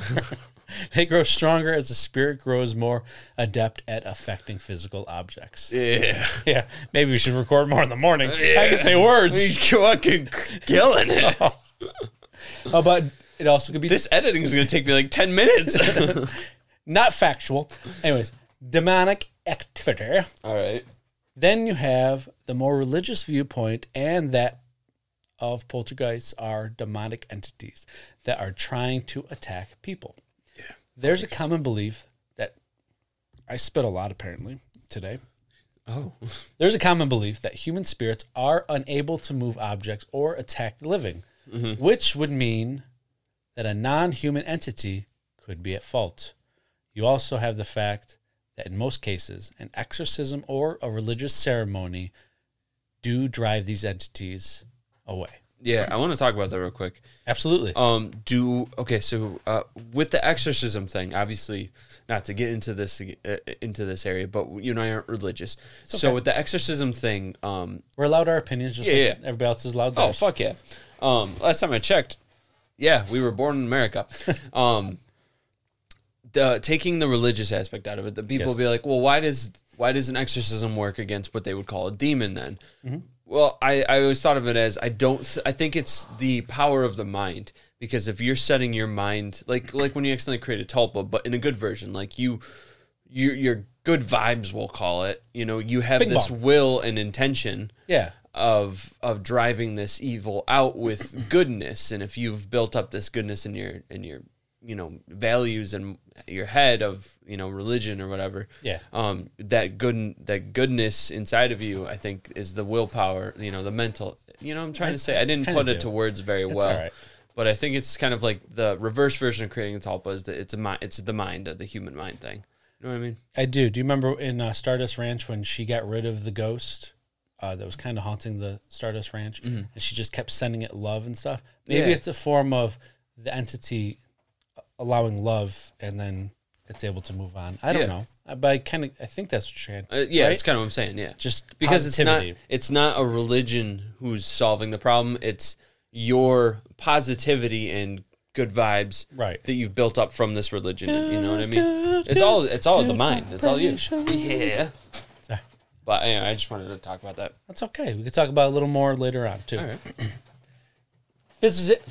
S2: They grow stronger as the spirit grows more adept at affecting physical objects.
S1: Yeah.
S2: Yeah, maybe we should record more in the morning. I can say words.
S1: He's fucking killing it.
S2: Oh, but it also could be
S1: This editing is going to take me like 10 minutes.
S2: not factual. Anyways, demonic activity.
S1: All right.
S2: Then you have the more religious viewpoint, and that of poltergeists are demonic entities that are trying to attack people. There's a common belief that I spit a lot apparently today.
S1: Oh.
S2: There's a common belief that human spirits are unable to move objects or attack the living,
S1: Mm-hmm.
S2: which would mean that a non human entity could be at fault. You also have the fact that in most cases, an exorcism or a religious ceremony do drive these entities away.
S1: Yeah, I want to talk about that real quick.
S2: Absolutely.
S1: Um, do okay. So, uh, with the exorcism thing, obviously, not to get into this uh, into this area, but you and I aren't religious. So, with the exorcism thing, um,
S2: We're allowed our opinions just
S1: Yeah,
S2: like
S1: yeah.
S2: everybody else is allowed
S1: Oh
S2: theirs.
S1: fuck yeah! Um, last time I checked, yeah, we were born in America. Um, the taking the religious aspect out of it, the people
S2: Yes. Mm-hmm.
S1: be like, well, why does why does an exorcism work against what they would call a demon then? Well, I, I always thought of it as I don't. Th- I think it's the power of the mind because if you're setting your mind like like when you accidentally create a tulpa, but in a good version, like you, you your good vibes, we'll call it. You know, you have
S2: Bing
S1: this
S2: bong.
S1: will and intention
S2: Yeah.
S1: of of driving this evil out with goodness and if you've built up this goodness in your in your you know values and your head of you know religion or whatever
S2: Yeah.
S1: um that good that goodness inside of you i think is the willpower you know the mental you know i'm trying to say i didn't
S2: kinda
S1: put it
S2: do.
S1: to words very well
S2: all right.
S1: but i think it's kind of like the reverse version of creating a talpa is that it's a mind it's the mind the human mind thing you know what i mean
S2: I do. Do you remember in uh, Stardust Ranch when she got rid of the ghost uh, that was kind of haunting the Stardust Ranch, and she just kept sending it love and stuff? Maybe
S1: Mm-hmm. Yeah.
S2: it's a form of the entity uh, allowing love, and then it's able to move on. I don't
S1: Yeah.
S2: know, Uh, but I kind of I think that's what you're
S1: Uh, yeah, it's kind of what I'm saying. Yeah,
S2: Just
S1: because
S2: positivity.
S1: it's not it's not a religion who's solving the problem. It's your positivity and good vibes
S2: Right.
S1: that you've built up from this religion. you know what I mean? It's all it's all the mind. It's all you. Yeah.
S2: Sorry.
S1: But anyway, I just wanted to talk about that.
S2: That's okay. We could talk about it a little more later on too. This is it.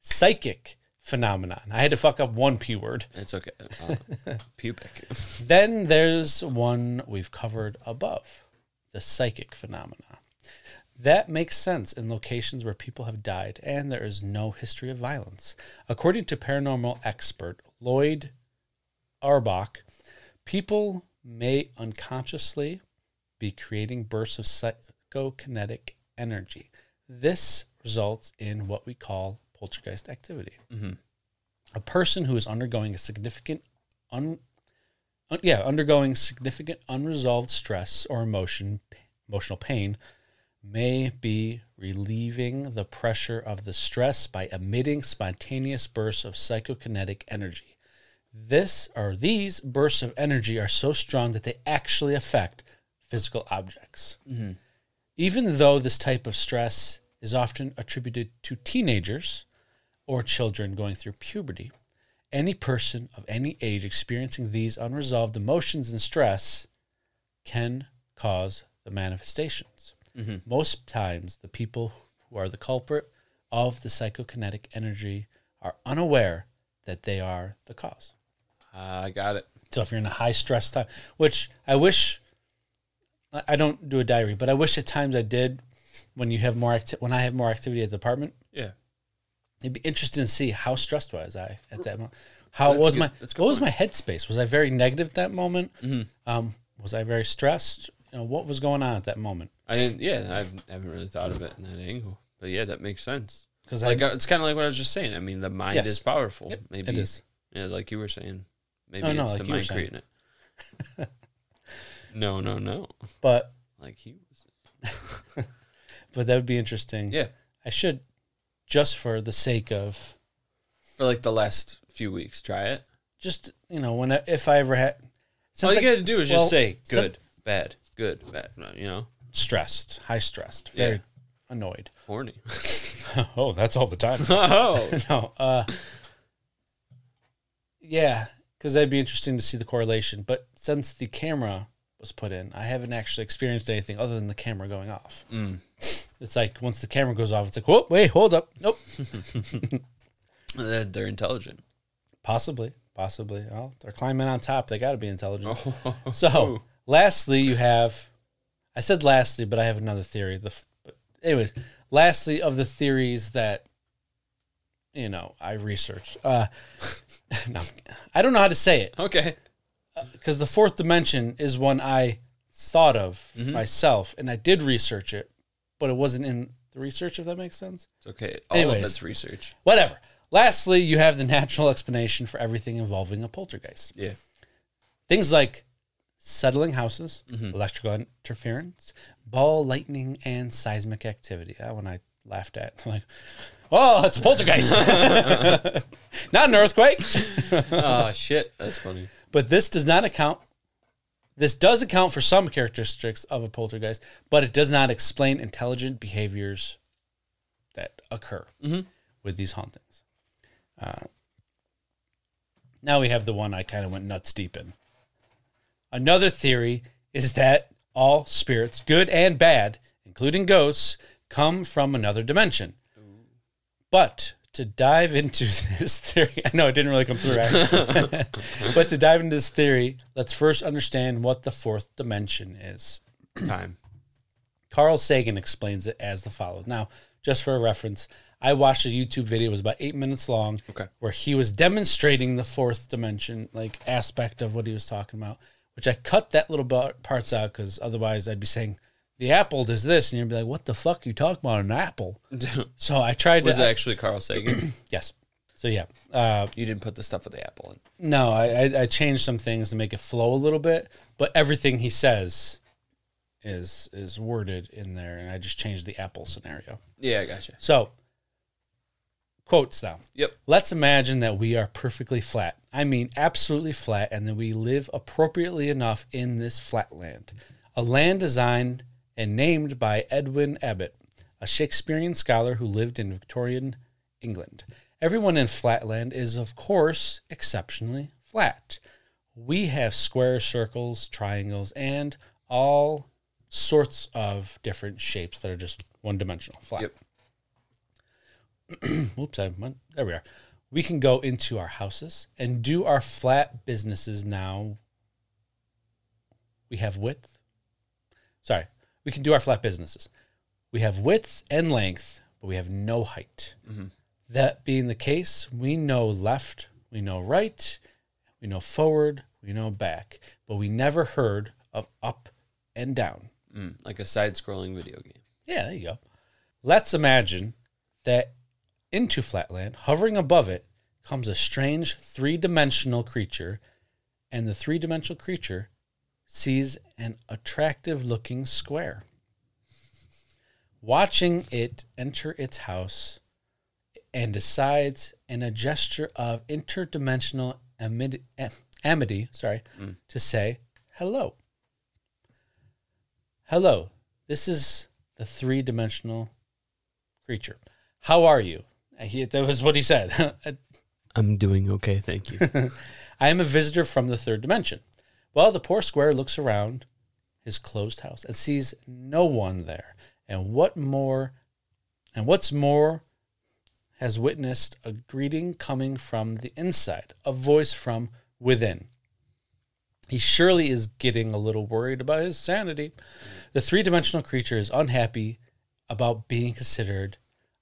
S2: Psychic phenomenon. I had to fuck up one p word.
S1: It's okay. Uh, pubic.
S2: Then there's one we've covered above the psychic phenomena. That makes sense in locations where people have died and there is no history of violence. According to paranormal expert Lloyd Arbach, people may unconsciously be creating bursts of psychokinetic energy. This results in what we call poltergeist activity. A person who is undergoing a significant un, un- yeah, undergoing significant unresolved stress or emotion emotional pain may be relieving the pressure of the stress by emitting spontaneous bursts of psychokinetic energy. This or these bursts of energy are so strong that they actually affect physical objects. Even though this type of stress is often attributed to teenagers or children going through puberty, any person of any age experiencing these unresolved emotions and stress can cause the manifestations. Most times, the people who are the culprit of the psychokinetic energy are unaware that they are the cause.
S1: Uh, I got it.
S2: So, if you're in a high stress time, which I wish I- I don't do a diary, but I wish at times I did when you have more acti- when I have more activity at the apartment,
S1: Yeah.
S2: It'd be interesting to see how stressed was I at that moment. How
S1: That's
S2: what was
S1: a good-
S2: my
S1: that's a good
S2: what was my
S1: point. Mm-hmm.
S2: headspace? Was I very negative at that moment? Um, was I very stressed? You know, what was going on at that moment?
S1: I didn't. Yeah, I've- I haven't really thought of it in that angle. But yeah, that makes sense.
S2: Because
S1: Like
S2: I
S1: uh, it's kind of like what I was just saying. I mean, the mind
S2: Yes.
S1: is powerful.
S2: Yep,
S1: Maybe
S2: it is.
S1: Yeah, like you were saying. Maybe
S2: No, no,
S1: it's
S2: like
S1: the
S2: you were
S1: mind
S2: saying.
S1: creating it. no, no, no.
S2: but
S1: Like he was.
S2: but that would be interesting.
S1: Yeah.
S2: I should just for the sake of
S1: For like the last few weeks, try it.
S2: just you know when I, if I ever had
S1: All
S2: since
S1: you
S2: I-
S1: got to do is
S2: well,
S1: just say
S2: since-
S1: good, bad, good, bad. You know,
S2: stressed, high stressed, very
S1: Yeah.
S2: annoyed.
S1: horny.
S2: oh, that's all the time.
S1: oh,
S2: no. Uh, yeah, because that'd be interesting to see the correlation. But since the camera was put in, I haven't actually experienced anything other than the camera going off. It's like once the camera goes off, it's like, whoa, wait, hold up. Nope.
S1: they're, they're intelligent.
S2: Possibly. Possibly. Oh, they're climbing on top. They got to be intelligent. So, lastly, you have. I said lastly, but I have another theory. The, f- but anyways, lastly of the theories that, you know, I researched. Uh, no, I don't know how to say it
S1: Okay.
S2: because the fourth dimension is one I thought of myself, and I did research it, but it wasn't in the research. If that makes sense.
S1: It's okay. All
S2: Anyways.
S1: of that's research.
S2: Whatever. Lastly, you have the natural explanation for everything involving a poltergeist.
S1: Yeah.
S2: Things like settling houses, electrical interference, ball lightning, and seismic activity. That one I laughed at. I'm like, oh, it's a poltergeist. Not an earthquake.
S1: oh shit, that's funny.
S2: But this does not account. This does account for some characteristics of a poltergeist, but it does not explain intelligent behaviors that occur with these hauntings. Uh, now we have the one I kind of went nuts deep in. Another theory is that all spirits, good and bad, including ghosts, come from another dimension. But to dive into this theory, I know it didn't really come through, right? but to dive into this theory, let's first understand what the fourth dimension is.
S1: Time.
S2: Carl Sagan explains it as the follows. Now, just for a reference, I watched a YouTube video. It was about eight minutes long,
S1: Okay.
S2: where he was demonstrating the fourth dimension, like aspect of what he was talking about. Which I cut that little bu- parts out because otherwise I'd be saying the apple does this, and you'd be like, "What the fuck you talking about an apple?" so I tried
S1: Was
S2: to
S1: it actually Carl Sagan?
S2: yes. So yeah, uh,
S1: you didn't put the stuff with the apple in.
S2: no, I, I I changed some things to make it flow a little bit, but everything he says is is worded in there, and I just changed the apple scenario.
S1: Yeah, I gotcha.
S2: So, quotes now.
S1: Yep.
S2: Let's imagine that we are perfectly flat. I mean, absolutely flat, and that we live appropriately enough in this flatland, a land designed and named by Edwin Abbott, a Shakespearean scholar who lived in Victorian England. Everyone in flatland is, of course, exceptionally flat. We have squares, circles, triangles, and all sorts of different shapes that are just one dimensional flat.
S1: Yep.
S2: Oops, I went. Hmm. There we are. We can go into our houses and do our flat businesses now. We have width. Sorry. We can do our flat businesses. We have width and length, but we have no height. That being the case, we know left, we know right, we know forward, we know back, but we never heard of up and down.
S1: Mm, like a side-scrolling video game.
S2: Yeah, there you go. Let's imagine that into Flatland, hovering above it, comes a strange three dimensional creature, and the three dimensional creature sees an attractive looking square. Watching it enter its house and decides in a gesture of interdimensional amid- am- amity, sorry, to say hello. Hello, this is the three dimensional creature. How are you? Uh, He, that was what he said.
S1: I'm doing okay, thank you.
S2: I am a visitor from the third dimension. Well, the poor square looks around his closed house and sees no one there. And what more, and what's more, has witnessed a greeting coming from the inside, a voice from within. He surely is getting a little worried about his sanity. The three dimensional creature is unhappy about being considered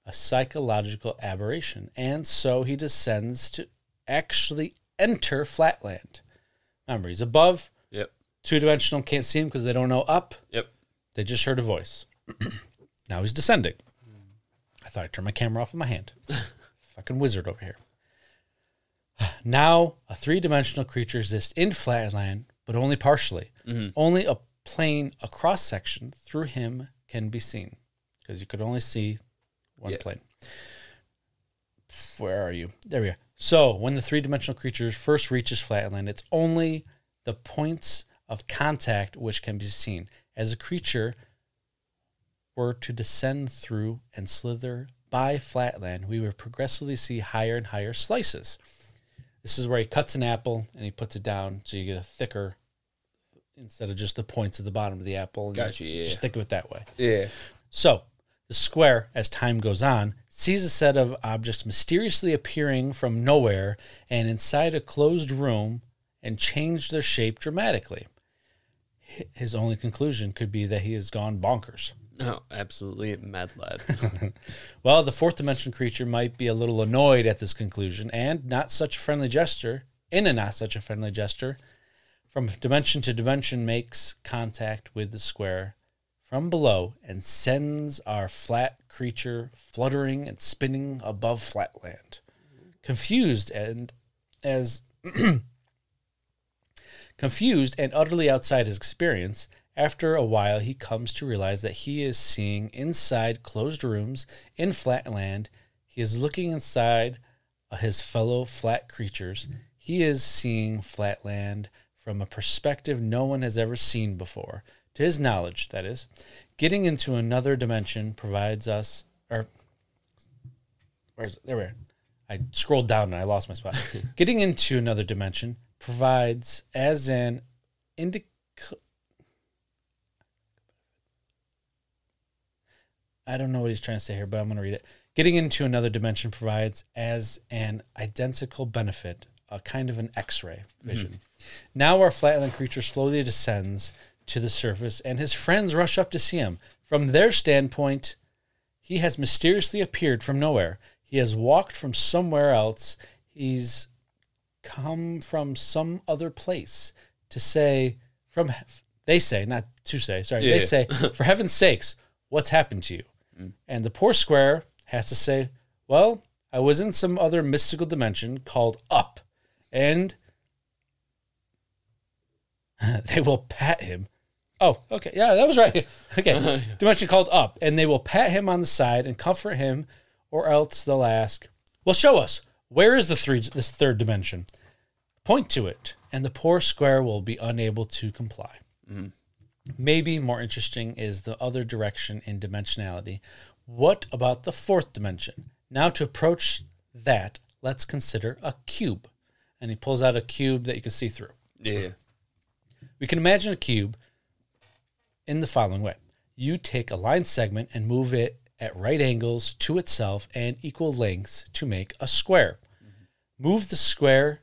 S2: a psychological aberration, and so he descends to actually enter Flatland. Remember, he's above,
S1: yep.
S2: two dimensional, can't see him because they don't know up.
S1: Yep.
S2: They just heard a voice. now he's descending. I thought I turned my camera off with my hand. Fucking wizard over here. Now a three dimensional creature exists in Flatland, but only partially. Only a plane, a cross section through him can be seen because you could only see one
S1: Yeah.
S2: plane. Where are you? There we are. So when the three dimensional creature first reaches Flatland, it's only the points of contact which can be seen. As a creature were to descend through and slither by flatland, we would progressively see higher and higher slices. This is where he cuts an apple and he puts it down so you get a thicker instead of just the points at the bottom of the apple. and
S1: Gotcha, yeah.
S2: Just think of it that way.
S1: Yeah.
S2: So, the square, as time goes on, sees a set of objects mysteriously appearing from nowhere and inside a closed room and change their shape dramatically. Hi- His only conclusion could be that he has gone bonkers.
S1: No, absolutely mad lad.
S2: Well, the fourth dimension creature might be a little annoyed at this conclusion and not such a friendly gesture, in a not such a friendly gesture, from dimension to dimension makes contact with the square from below and sends our flat creature fluttering and spinning above flatland. Confused and as confused and utterly outside his experience, after a while he comes to realize that he is seeing inside closed rooms in flatland. He is looking inside his fellow flat creatures. He is seeing flatland from a perspective no one has ever seen before. To his knowledge, that is, getting into another dimension provides us, or where's it? There we are. I scrolled down and I lost my spot. Getting into another dimension provides as an indic I don't know what he's trying to say here, but I'm going to read it. Getting into another dimension provides as an identical benefit, a kind of an X ray vision. Now, our flatland creature slowly descends to the surface, and his friends rush up to see him. From their standpoint, he has mysteriously appeared from nowhere. He has walked from somewhere else. He's come from some other place to say from hef- they say not to say sorry
S1: Yeah,
S2: they
S1: yeah. Mm.
S2: say for heaven's sakes what's happened to you and the poor square has to say well i was in some other mystical dimension called up and they will pat him oh okay yeah that was right okay dimension called up and they will pat him on the side and comfort him or else they'll ask well show us where is the three this third dimension point to it, and the poor square will be unable to comply. Maybe more interesting is the other direction in dimensionality. What about the fourth dimension? Now, to approach that, let's consider a cube. And he pulls out a cube that you can see through.
S1: Yeah.
S2: We can imagine a cube in the following way you take a line segment and move it at right angles to itself and equal lengths to make a square. Move the square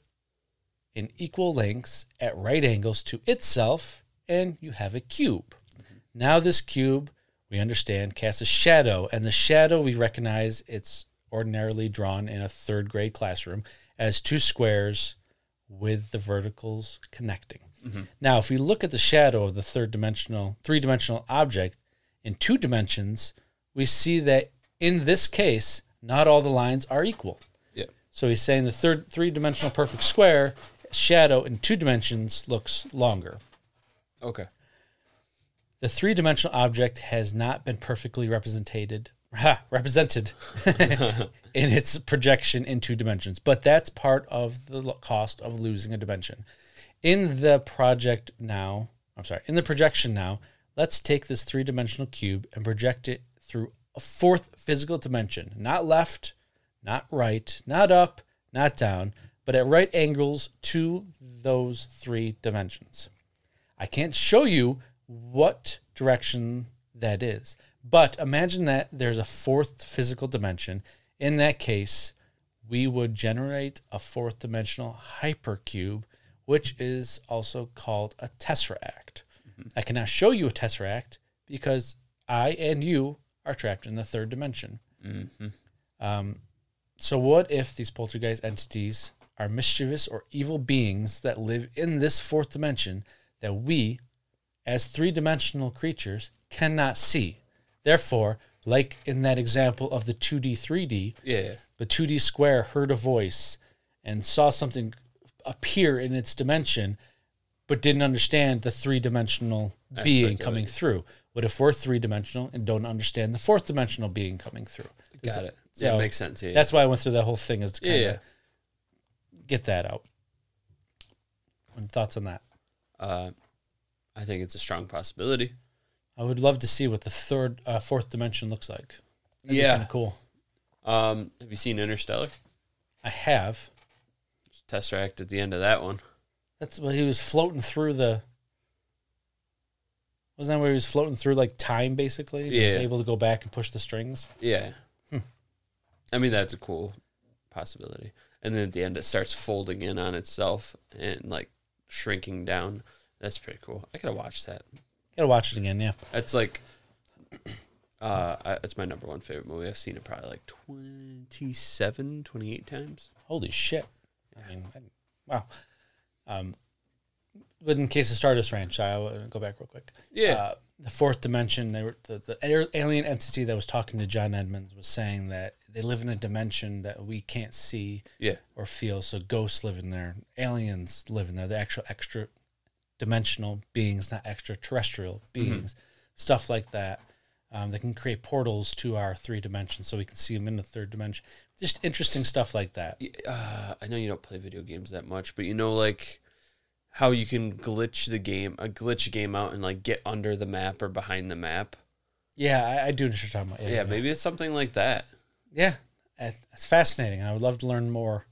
S2: in equal lengths at right angles to itself, and you have a cube. Now, this cube, we understand, casts a shadow, and the shadow we recognize it's ordinarily drawn in a third grade classroom as two squares with the verticals connecting. Now, if we look at the shadow of the third dimensional, three dimensional object in two dimensions, we see that in this case, not all the lines are equal.
S1: Yeah.
S2: So he's saying the third three dimensional perfect square shadow in two dimensions looks longer.
S1: Okay.
S2: The three dimensional object has not been perfectly represented ha, represented in its projection in two dimensions, but that's part of the lo- cost of losing a dimension. In the project now, I'm sorry, in the projection now, let's take this three dimensional cube and project it through a fourth physical dimension, not left, not right, not up, not down, but at right angles to those three dimensions. I can't show you what direction that is. But imagine that there's a fourth physical dimension. In that case, we would generate a fourth dimensional hypercube, which is also called a tesseract. I cannot show you a tesseract because I and you are trapped in the third dimension. Um, so, what if these poltergeist entities are mischievous or evil beings that live in this fourth dimension that we, as three dimensional creatures, cannot see? Therefore, like in that example of the 2D, 3D,
S1: Yeah.
S2: the 2D square heard a voice and saw something appear in its dimension, but didn't understand the three dimensional
S1: Aspect
S2: being
S1: of it.
S2: coming through. What if we're three dimensional and don't understand the fourth dimensional being coming through?
S1: Got
S2: Is that-
S1: it. That
S2: so
S1: makes sense. Yeah.
S2: That's why I went through that whole thing is to
S1: yeah.
S2: kind of
S1: yeah.
S2: get that out. And thoughts on that?
S1: Uh, I think it's a strong possibility.
S2: I would love to see what the third, uh, fourth dimension looks like. kind
S1: yeah.
S2: of cool.
S1: Um, have you seen Interstellar?
S2: I have.
S1: Tesseract at the end of that one.
S2: That's what he was floating through the. Wasn't that where he was floating through like time basically? He was
S1: Yeah.
S2: able to go back and push the strings.
S1: Yeah. Hmm. I mean, that's a cool possibility. And then at the end, it starts folding in on itself and like shrinking down. That's pretty cool. I gotta watch that.
S2: Gotta watch it again, yeah.
S1: It's like, uh, I- it's my number one favorite movie. I've seen it probably like 27, 28 times.
S2: Holy shit. I mean, I- wow. Um, but in case of Stardust Ranch, I'll uh, go back real quick.
S1: Yeah.
S2: Uh, the fourth dimension, they were the, the air- alien entity that was talking to John Edmonds was saying that they live in a dimension that we can't see
S1: Yeah.
S2: or feel. So ghosts live in there, aliens live in there, the actual extra dimensional beings, not extraterrestrial
S1: Mm-hmm.
S2: beings, stuff like that. Um, that can create portals to our three dimensions, so we can see them in the third dimension. Just interesting stuff like that.
S1: Y- Uh, I know you don't play video games that much, but you know, like how you can glitch the game, a glitch a game out and like get under the map or behind the map.
S2: Yeah, I, I do know what you're talking about.
S1: Yeah, maybe it's something like that.
S2: Yeah, it- it's fascinating, and I would love to learn more.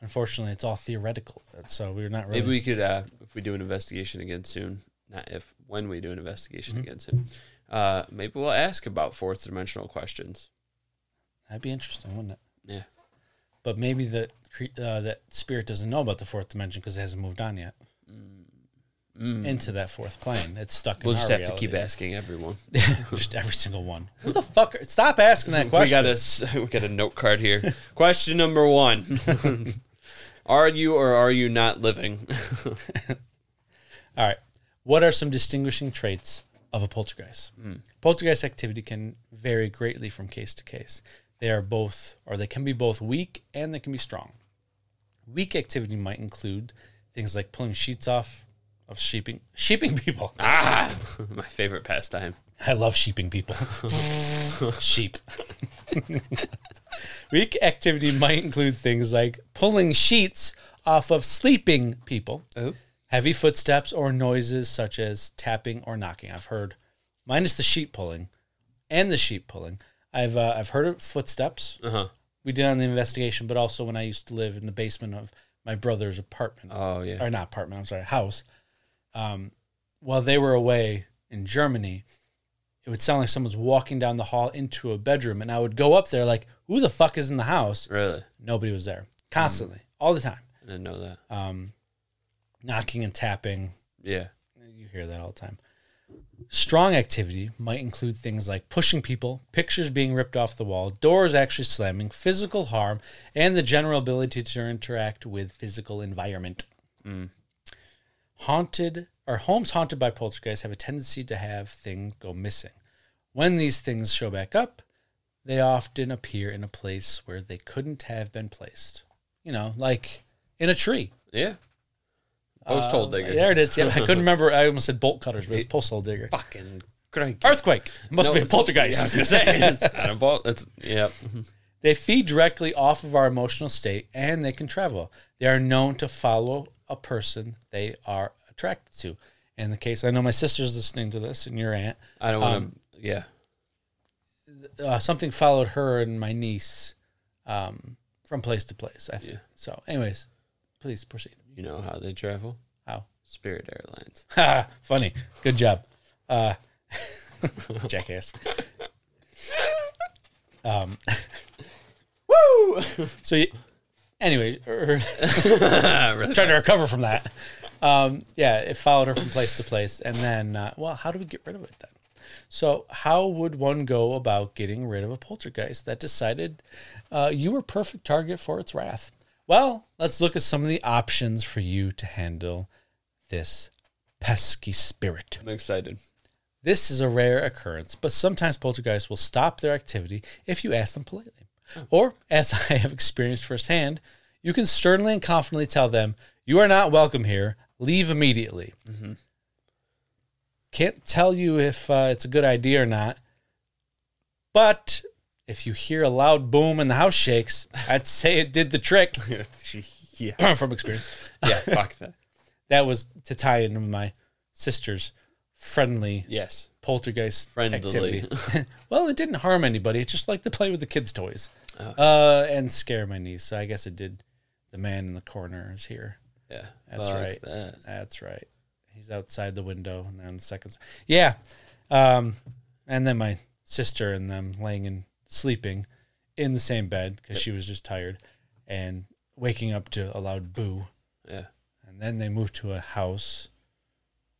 S2: Unfortunately, it's all theoretical, so we're not really.
S1: Maybe we could, uh, if we do an investigation again soon, not if, when we do an investigation again soon, Uh, maybe we'll ask about fourth dimensional questions.
S2: That'd be interesting, wouldn't it?
S1: Yeah.
S2: But maybe the cre- uh, that spirit doesn't know about the fourth dimension because it hasn't moved on yet into that fourth plane. It's stuck.
S1: We'll
S2: in
S1: just
S2: our
S1: have to keep asking everyone.
S2: keep just every single one. Who the fuck? Are- Stop asking that
S1: We
S2: question.
S1: got a s- we got a note card here. Question number one: Are you or are you not living?
S2: All right. What are some distinguishing traits of a poltergeist? Poltergeist activity can vary greatly from case to case. They are both, or they can be both weak and they can be strong. Weak activity might include things like pulling sheets off of sheeping, sheeping people.
S1: ah, my favorite pastime.
S2: I love sheeping people. Sheep. Weak activity might include things like pulling sheets off of sleeping people, heavy footsteps or noises such as tapping or knocking. I've heard, minus the sheep pulling, and the sheep pulling. I've uh, I've heard of footsteps.
S1: Uh huh.
S2: We did on the investigation, but also when I used to live in the basement of my brother's apartment
S1: Oh yeah.
S2: or not apartment, I'm sorry, house. Um, while they were away in Germany, it would sound like someone's walking down the hall into a bedroom, and I would go up there like, "Who the fuck is in the house?"
S1: Really?
S2: Nobody was there, constantly, all the time,
S1: I didn't know that.
S2: um, knocking and tapping.
S1: Yeah.
S2: You hear that all the time. Strong activity might include things like pushing people, pictures being ripped off the wall, doors actually slamming, physical harm, and the general ability to interact with physical environment. Haunted or homes haunted by poltergeists have a tendency to have things go missing. When these things show back up, they often appear in a place where they couldn't have been placed. You know, like in a tree.
S1: Yeah. I was told
S2: Uh,
S1: digger.
S2: There it is. Yeah, I couldn't remember. I almost said bolt cutters, but it's postal digger.
S1: Fucking crank.
S2: Earthquake. It must
S1: No,
S2: be a
S1: it's-
S2: poltergeist.
S1: yeah, I was gonna say it's not a ball. It's yeah.
S2: They feed directly off of our emotional state and they can travel. They are known to follow a person they are attracted to. In the case, I know my sister's listening to this and your aunt.
S1: I don't want to. Yeah.
S2: Uh, something followed her and my niece um, from place to place, I think.
S1: Yeah.
S2: So, anyways, please proceed.
S1: You know how they travel?
S2: How?
S1: Spirit Airlines.
S2: Ha, funny. Good job. Uh, jackass. Um,
S1: Woo!
S2: so, you, anyway, er,
S1: really
S2: trying to recover from that. Um, yeah, it followed her from place to place. And then, uh, well, how do we get rid of it then? So, how would one go about getting rid of a poltergeist that decided uh, you were perfect target for its wrath? Well, let's look at some of the options for you to handle this pesky spirit.
S1: I'm excited.
S2: This is a rare occurrence, but sometimes poltergeists will stop their activity if you ask them politely. Or, as I have experienced firsthand, you can sternly and confidently tell them, You are not welcome here. Leave immediately. Can't tell you if uh, it's a good idea or not, but if you hear a loud boom and the house shakes, I'd say it did the trick
S1: yeah.
S2: from experience
S1: Yeah. Fuck that.
S2: that was to tie into my sister's friendly
S1: Yes.
S2: poltergeist
S1: Friendly.
S2: activity. well, it didn't harm anybody. It's just like to play with the kids' toys uh, and scare my niece. So I guess it did. The man in the corner is here.
S1: Yeah.
S2: That's
S1: Fuck
S2: right.
S1: That.
S2: That's right. He's outside the window and they're on the second. s- Yeah. Um, and then my sister and them laying and sleeping in the same bed because she was just tired and waking up to a loud boo
S1: Yeah.
S2: and then they moved to a house.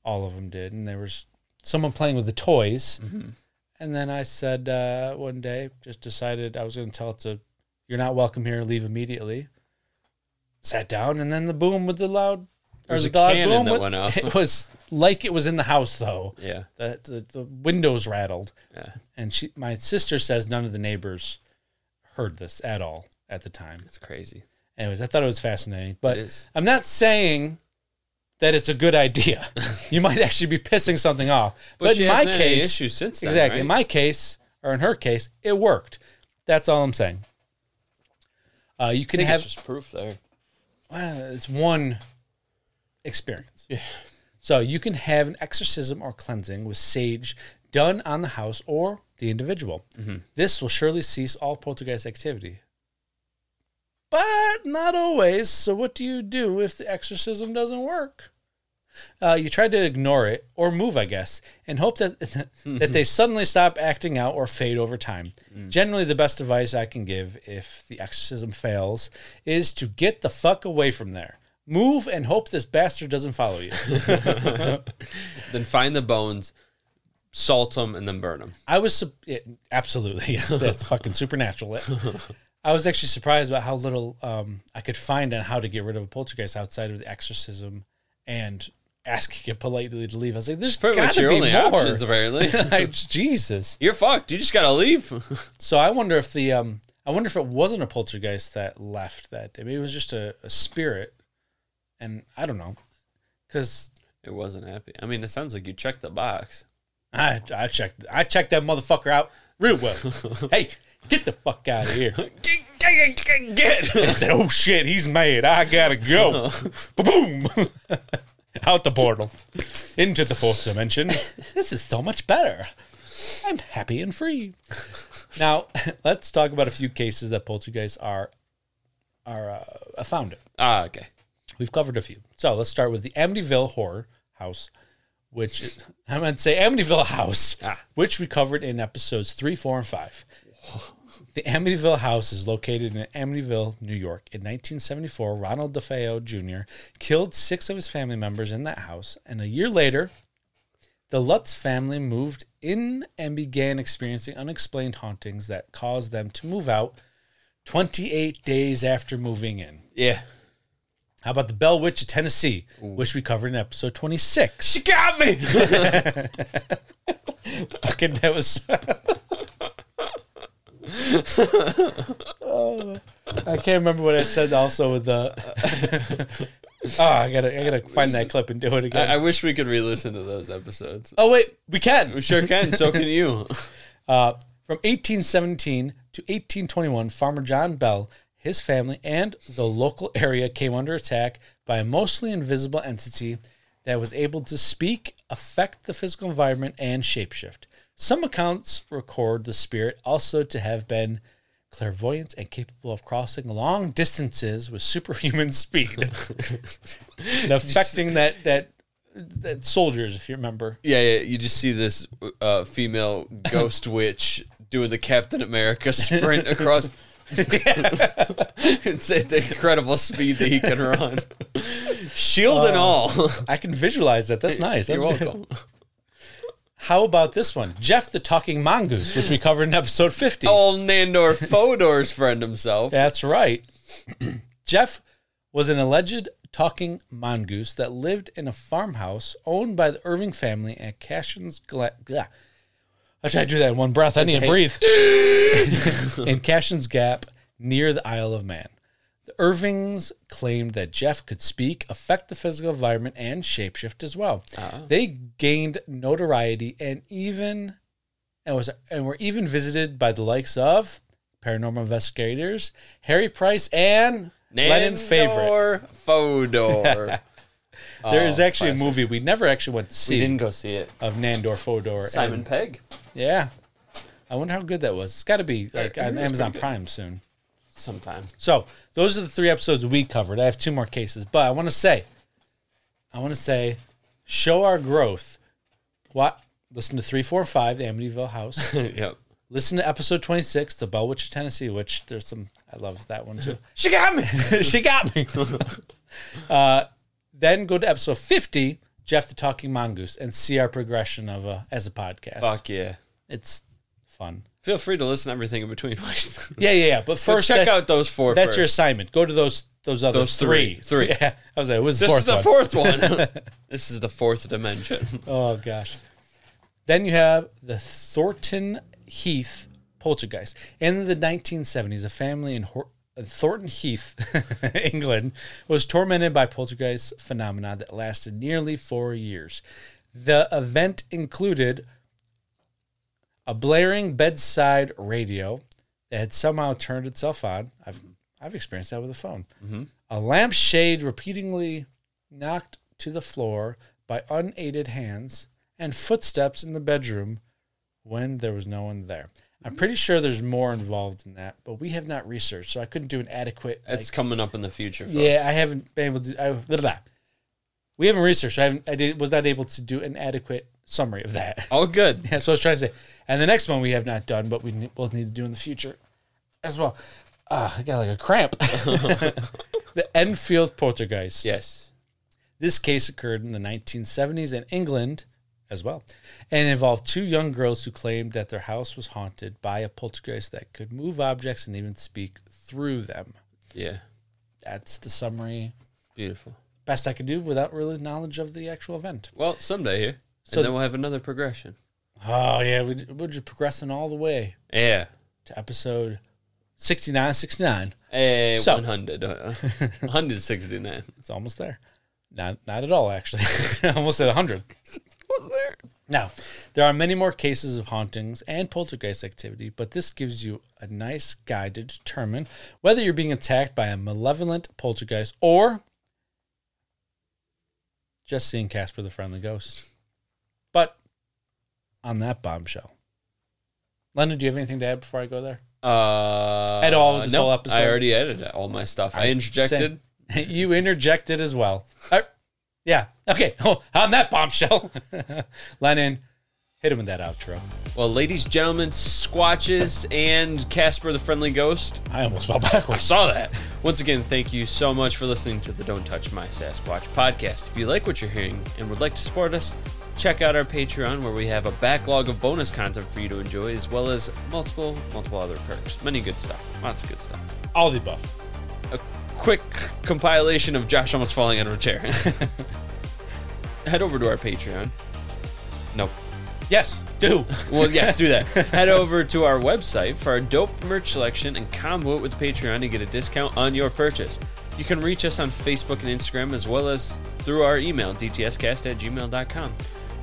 S2: All of them did, and there was someone playing with the toys.
S1: Mm-hmm.
S2: And then I said uh, one day, just decided I was going to tell it to, "You're not welcome here. Leave immediately." Sat down, and then the boom with the loud,
S1: There was
S2: the
S1: a cannon that
S2: with-
S1: went off.
S2: It was like it was in the house though.
S1: Yeah.
S2: The, the, the windows rattled,
S1: Yeah.
S2: and she, my sister, says none of the neighbors heard this at all at the time.
S1: It's crazy.
S2: Anyways, I thought it was fascinating, but
S1: It is.
S2: I'm not saying that it's a good idea. you might actually be pissing something off. But,
S1: she
S2: in my
S1: hasn't had any
S2: case,
S1: issues since then,
S2: exactly. In
S1: right?
S2: my case, or in her case, it worked. That's all I'm saying. Uh, you can
S1: I think
S2: have
S1: it's just proof there.
S2: well, it's one experience. Yeah. So you can have an exorcism or cleansing with sage done on the house or the individual. This will surely cease all poltergeist activity. But not always. So what do you do if the exorcism doesn't work? Uh, you try to ignore it or move, I guess, and hope that that they suddenly stop acting out or fade over time.
S1: Mm.
S2: Generally, the best advice I can give if the exorcism fails is to get the fuck away from there. Move and hope this bastard doesn't follow you.
S1: Then find the bones, salt them, and then burn them.
S2: I was sup- it, absolutely yes, that's fucking supernatural. I was actually surprised about how little um, I could find on how to get rid of a poltergeist outside of the exorcism and asking it politely to leave. I was like, "There's
S1: Pretty
S2: gotta
S1: much your
S2: be
S1: only
S2: more."
S1: options, apparently.
S2: like, Jesus.
S1: You're fucked. You just gotta leave.
S2: So I wonder if the um, I wonder if it wasn't a poltergeist that left that day. Maybe it was just a, a spirit, and I don't know, because
S1: it wasn't happy. I mean, it sounds like you checked the box.
S2: I I checked I checked that motherfucker out real well. hey, get the fuck out of here.
S1: Get, get, get, get.
S2: I said, "Oh shit, he's mad. I gotta go." Boom! Out the portal, into the fourth dimension. This is so much better. I'm happy and free. Now, let's talk about a few cases that poltergeists are are uh, found in.
S1: Ah, okay.
S2: We've covered a few. So let's start with the Amityville Horror House, which I meant to say Amityville House,
S1: Ah.
S2: which we covered in episodes three, four, and five. The Amityville House is located in Amityville, New York. In 1974, Ronald DeFeo Jr. killed six of his family members in that house, and a year later, the Lutz family moved in and began experiencing unexplained hauntings that caused them to move out 28 days after moving in.
S1: Yeah.
S2: How about the Bell Witch of Tennessee, which we covered in episode 26?
S1: She got me.
S2: Fucking, that was. Oh, I can't remember what I said. Also, with the. oh, I gotta, I gotta find that clip and do it
S1: I,
S2: again.
S1: I wish we could re-listen to those episodes.
S2: oh wait, we can.
S1: We sure can. So can you.
S2: Uh, from 1817 to 1821, Farmer John Bell, his family, and the local area came under attack by a mostly invisible entity that was able to speak, affect the physical environment, and shapeshift. Some accounts record the spirit also to have been clairvoyant and capable of crossing long distances with superhuman speed, and affecting that that that soldiers, if you remember.
S1: Yeah, yeah. You just see this uh, female ghost witch doing the Captain America sprint across. it's at the incredible speed that he can run, shield and all.
S2: I can visualize that. That's nice.
S1: You're
S2: That's Uh, good.
S1: welcome.
S2: How about this one? Jeff the Talking Mongoose, which we covered in episode 50.
S1: All Nandor Fodor's friend himself.
S2: That's right. Jeff was an alleged talking mongoose that lived in a farmhouse owned by the Irving family at Cashin's Glen. Blah. I tried to do that in one breath. I need to breathe. in Cashin's Gap near the Isle of Man. The Irvings claimed that Jeff could speak, affect the physical environment, and shapeshift as well.
S1: Ah.
S2: They gained notoriety and even and was and were even visited by the likes of paranormal investigators, Harry Price, and Lennon's favorite.
S1: Nandor Fodor.
S2: there is
S1: Oh,
S2: actually
S1: classic.
S2: a movie we never actually went to see
S1: go see it.
S2: of Nandor Fodor.
S1: Simon
S2: and-
S1: Pegg.
S2: yeah, I wonder how good that was. It's got to be like
S1: I heard
S2: on
S1: it's
S2: Amazon
S1: Uh, pretty good.
S2: Prime soon.
S1: Sometime.
S2: So those are the three episodes we covered. I have two more cases, but I want to say, I want to say, show our growth. What? Listen to three, four, five, the Amityville House.
S1: yep.
S2: Listen to episode twenty six, the Bell Witch of Tennessee, which there's some. I love that one too.
S1: She got me.
S2: she got me. uh, then go to episode fifty, Jeff the Talking Mongoose, and see our progression of a as a podcast.
S1: Fuck yeah.
S2: It's fun.
S1: Feel free to listen to everything in between.
S2: Yeah, yeah, yeah. But
S1: but
S2: first,
S1: check
S2: that-
S1: out those four.
S2: That's
S1: first.
S2: your assignment. Go to those those other
S1: Those
S2: three.
S1: three. Three.
S2: Yeah. I was like, what's the
S1: This
S2: fourth
S1: is the
S2: one?
S1: fourth one. this is the fourth dimension.
S2: Oh gosh. Then you have the Thornton Heath poltergeist. In the 1970s, a family in Hor- uh, Thornton Heath, England, was tormented by poltergeist phenomena that lasted nearly four years. The event included a blaring bedside radio that had somehow turned itself on. I've I've experienced that with a phone. A lampshade repeatedly knocked to the floor by unaided hands and footsteps in the bedroom when there was no one there. I'm pretty sure there's more involved in that, but we have not researched, so I couldn't do an adequate.
S1: It's coming up in the future. Folks.
S2: yeah, I haven't been able to. I, blah, blah, blah. We haven't researched. I, haven't, I did, was not able to do an adequate summary of that.
S1: All good.
S2: That's what I was trying to say. And the next one we have not done, but we ne- both need to do in the future as well. Ah, I got like a cramp. the Enfield Poltergeist.
S1: Yes.
S2: This case occurred in the 1970s in England as well and involved two young girls who claimed that their house was haunted by a poltergeist that could move objects and even speak through them.
S1: Yeah.
S2: That's the summary
S1: Beautiful.
S2: best I could do without really knowledge of the actual event.
S1: Well, someday here.
S2: So-
S1: and then we'll have another progression.
S2: Oh, yeah, we, we're just progressing all the way
S1: Yeah.
S2: to episode 69, 69.
S1: Hey,
S2: So-
S1: 100. uh, 169.
S2: It's almost there. Not, not at all, actually. almost at 100.
S1: What's there?
S2: Now, there are many more cases of hauntings and poltergeist activity, but this gives you a nice guide to determine whether you're being attacked by a malevolent poltergeist or just seeing Casper the Friendly Ghost. But on that bombshell, Leonard, do you have anything to add before I go there?
S1: Uh,
S2: At all, this
S1: no,
S2: whole episode?
S1: I already edited all my stuff. I, interjected.
S2: Same. you interjected as well. Uh, yeah. Okay. on that bombshell, Lennon, hit him with that outro.
S1: Well, ladies, gentlemen, Squatches, and Casper the Friendly Ghost.
S2: I almost fell backwards.
S1: Saw that. Once again, thank you so much for listening to the Don't Touch My Sasquatch podcast. If you like what you're hearing and would like to support us, check out our Patreon where we have a backlog of bonus content for you to enjoy, as well as multiple, multiple other perks. Many good stuff. Lots of good stuff.
S2: All the above.
S1: a quick compilation of Josh almost falling out of a chair. Head over to our Patreon. Nope.
S2: Yes, do.
S1: Well, yes, do that. Head over to our website for our dope merch selection and combo it with Patreon to get a discount on your purchase. You can reach us on Facebook and Instagram as well as through our email, dtscast at gmail.com.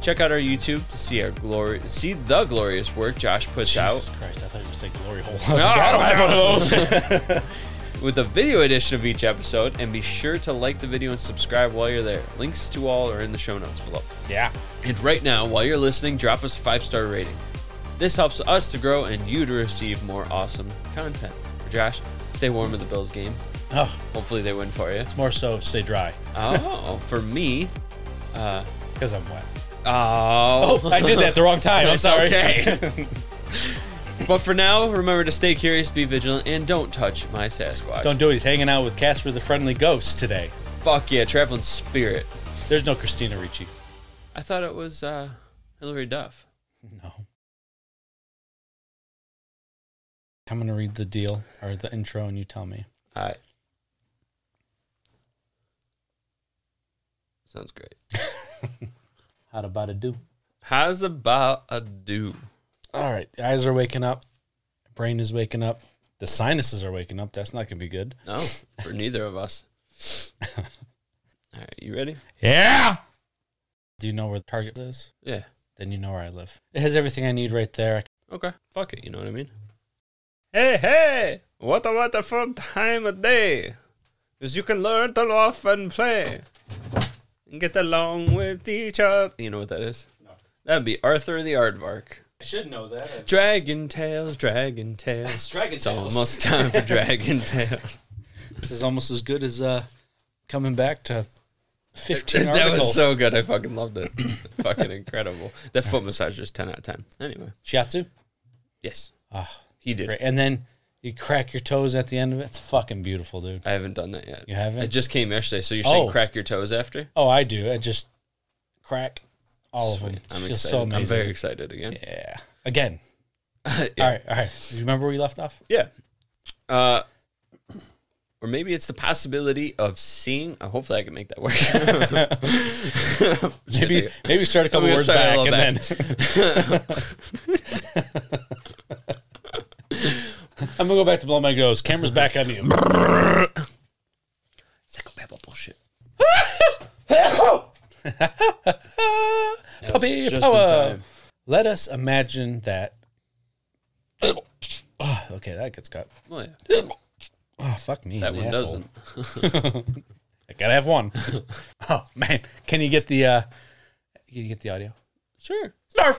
S1: Check out our YouTube to see our glory see the glorious work Josh puts out.
S2: Jesus Christ, I thought you were saying glory hole. I, was like, I don't have one of those.
S1: with the video edition of each episode, and be sure to like the video and subscribe while you're there. Links to all are in the show notes below.
S2: yeah.
S1: And right now, while you're listening, drop us a five star rating. This helps us to grow and you to receive more awesome content. For Josh, stay warm with the Bills game.
S2: Oh,
S1: Hopefully, they win for you.
S2: more so stay dry
S1: Oh, for me,
S2: because I'm wet.
S1: oh,
S2: I did that the wrong time. I'm
S1: It's
S2: sorry.
S1: okay. but for now, remember to stay curious, be vigilant, and don't touch my Sasquatch.
S2: Don't do it. He's hanging out with Casper the Friendly Ghost today.
S1: Fuck yeah, traveling spirit.
S2: There's no Christina Ricci.
S1: I thought it was uh, Hillary Duff.
S2: No. I'm going to read the deal or the intro and you tell me.
S1: All right. Sounds great.
S2: How about it do?
S1: How's about a do?
S2: All right. The eyes are waking up. Brain is waking up. The sinuses are waking up. That's not going to be good.
S1: No, for neither of us. All right, you ready?
S2: Yeah. Do you know where the target is?
S1: Yeah.
S2: then you know where I live. It has everything I need right there.
S1: Okay. Fuck it. You know what I mean? Hey, hey! What a wonderful time of day! Because you can learn to laugh and play and get along with each other. You know what that is? No. That'd be Arthur the Aardvark.
S2: I should know that.
S1: Dragon Tales, Dragon Tales.
S2: Dragon
S1: It's almost time for Dragon Tail.
S2: This is almost as good as uh, coming back to 15
S1: that
S2: articles.
S1: was so good. I fucking loved it. fucking incredible. That foot massage is 10 out of 10. Anyway,
S2: Shiatsu.
S1: yes.
S2: Ah,
S1: he did.
S2: Great. And then you crack your toes at the end of it. It's fucking beautiful, dude.
S1: I haven't done that yet.
S2: You haven't?
S1: It just came yesterday. So you're saying
S2: Oh.
S1: crack your toes after?
S2: Oh, I do. I just crack all of them.
S1: I'm
S2: It
S1: excited.
S2: feels so amazing.
S1: I'm very excited again.
S2: yeah. Again.
S1: Yeah.
S2: All right. All right. Do you remember where you left off?
S1: Yeah. Uh, or maybe it's the possibility of seeing. Uh, hopefully, I can make that work.
S2: Maybe maybe start a couple
S1: We'll
S2: words
S1: start a
S2: back and
S1: little
S2: then. I'm gonna go back to blow my nose. Camera's back on you.
S1: Psychobabble bullshit.
S2: Puppy
S1: Just
S2: power.
S1: in time.
S2: Let us imagine that. Ah, okay, that gets cut.
S1: Well, yeah.
S2: Oh fuck me.
S1: That
S2: an
S1: one
S2: asshole.
S1: doesn't.
S2: I gotta have one. oh man, can you get the? uh Can you get the audio?
S1: Sure.
S2: Snarf.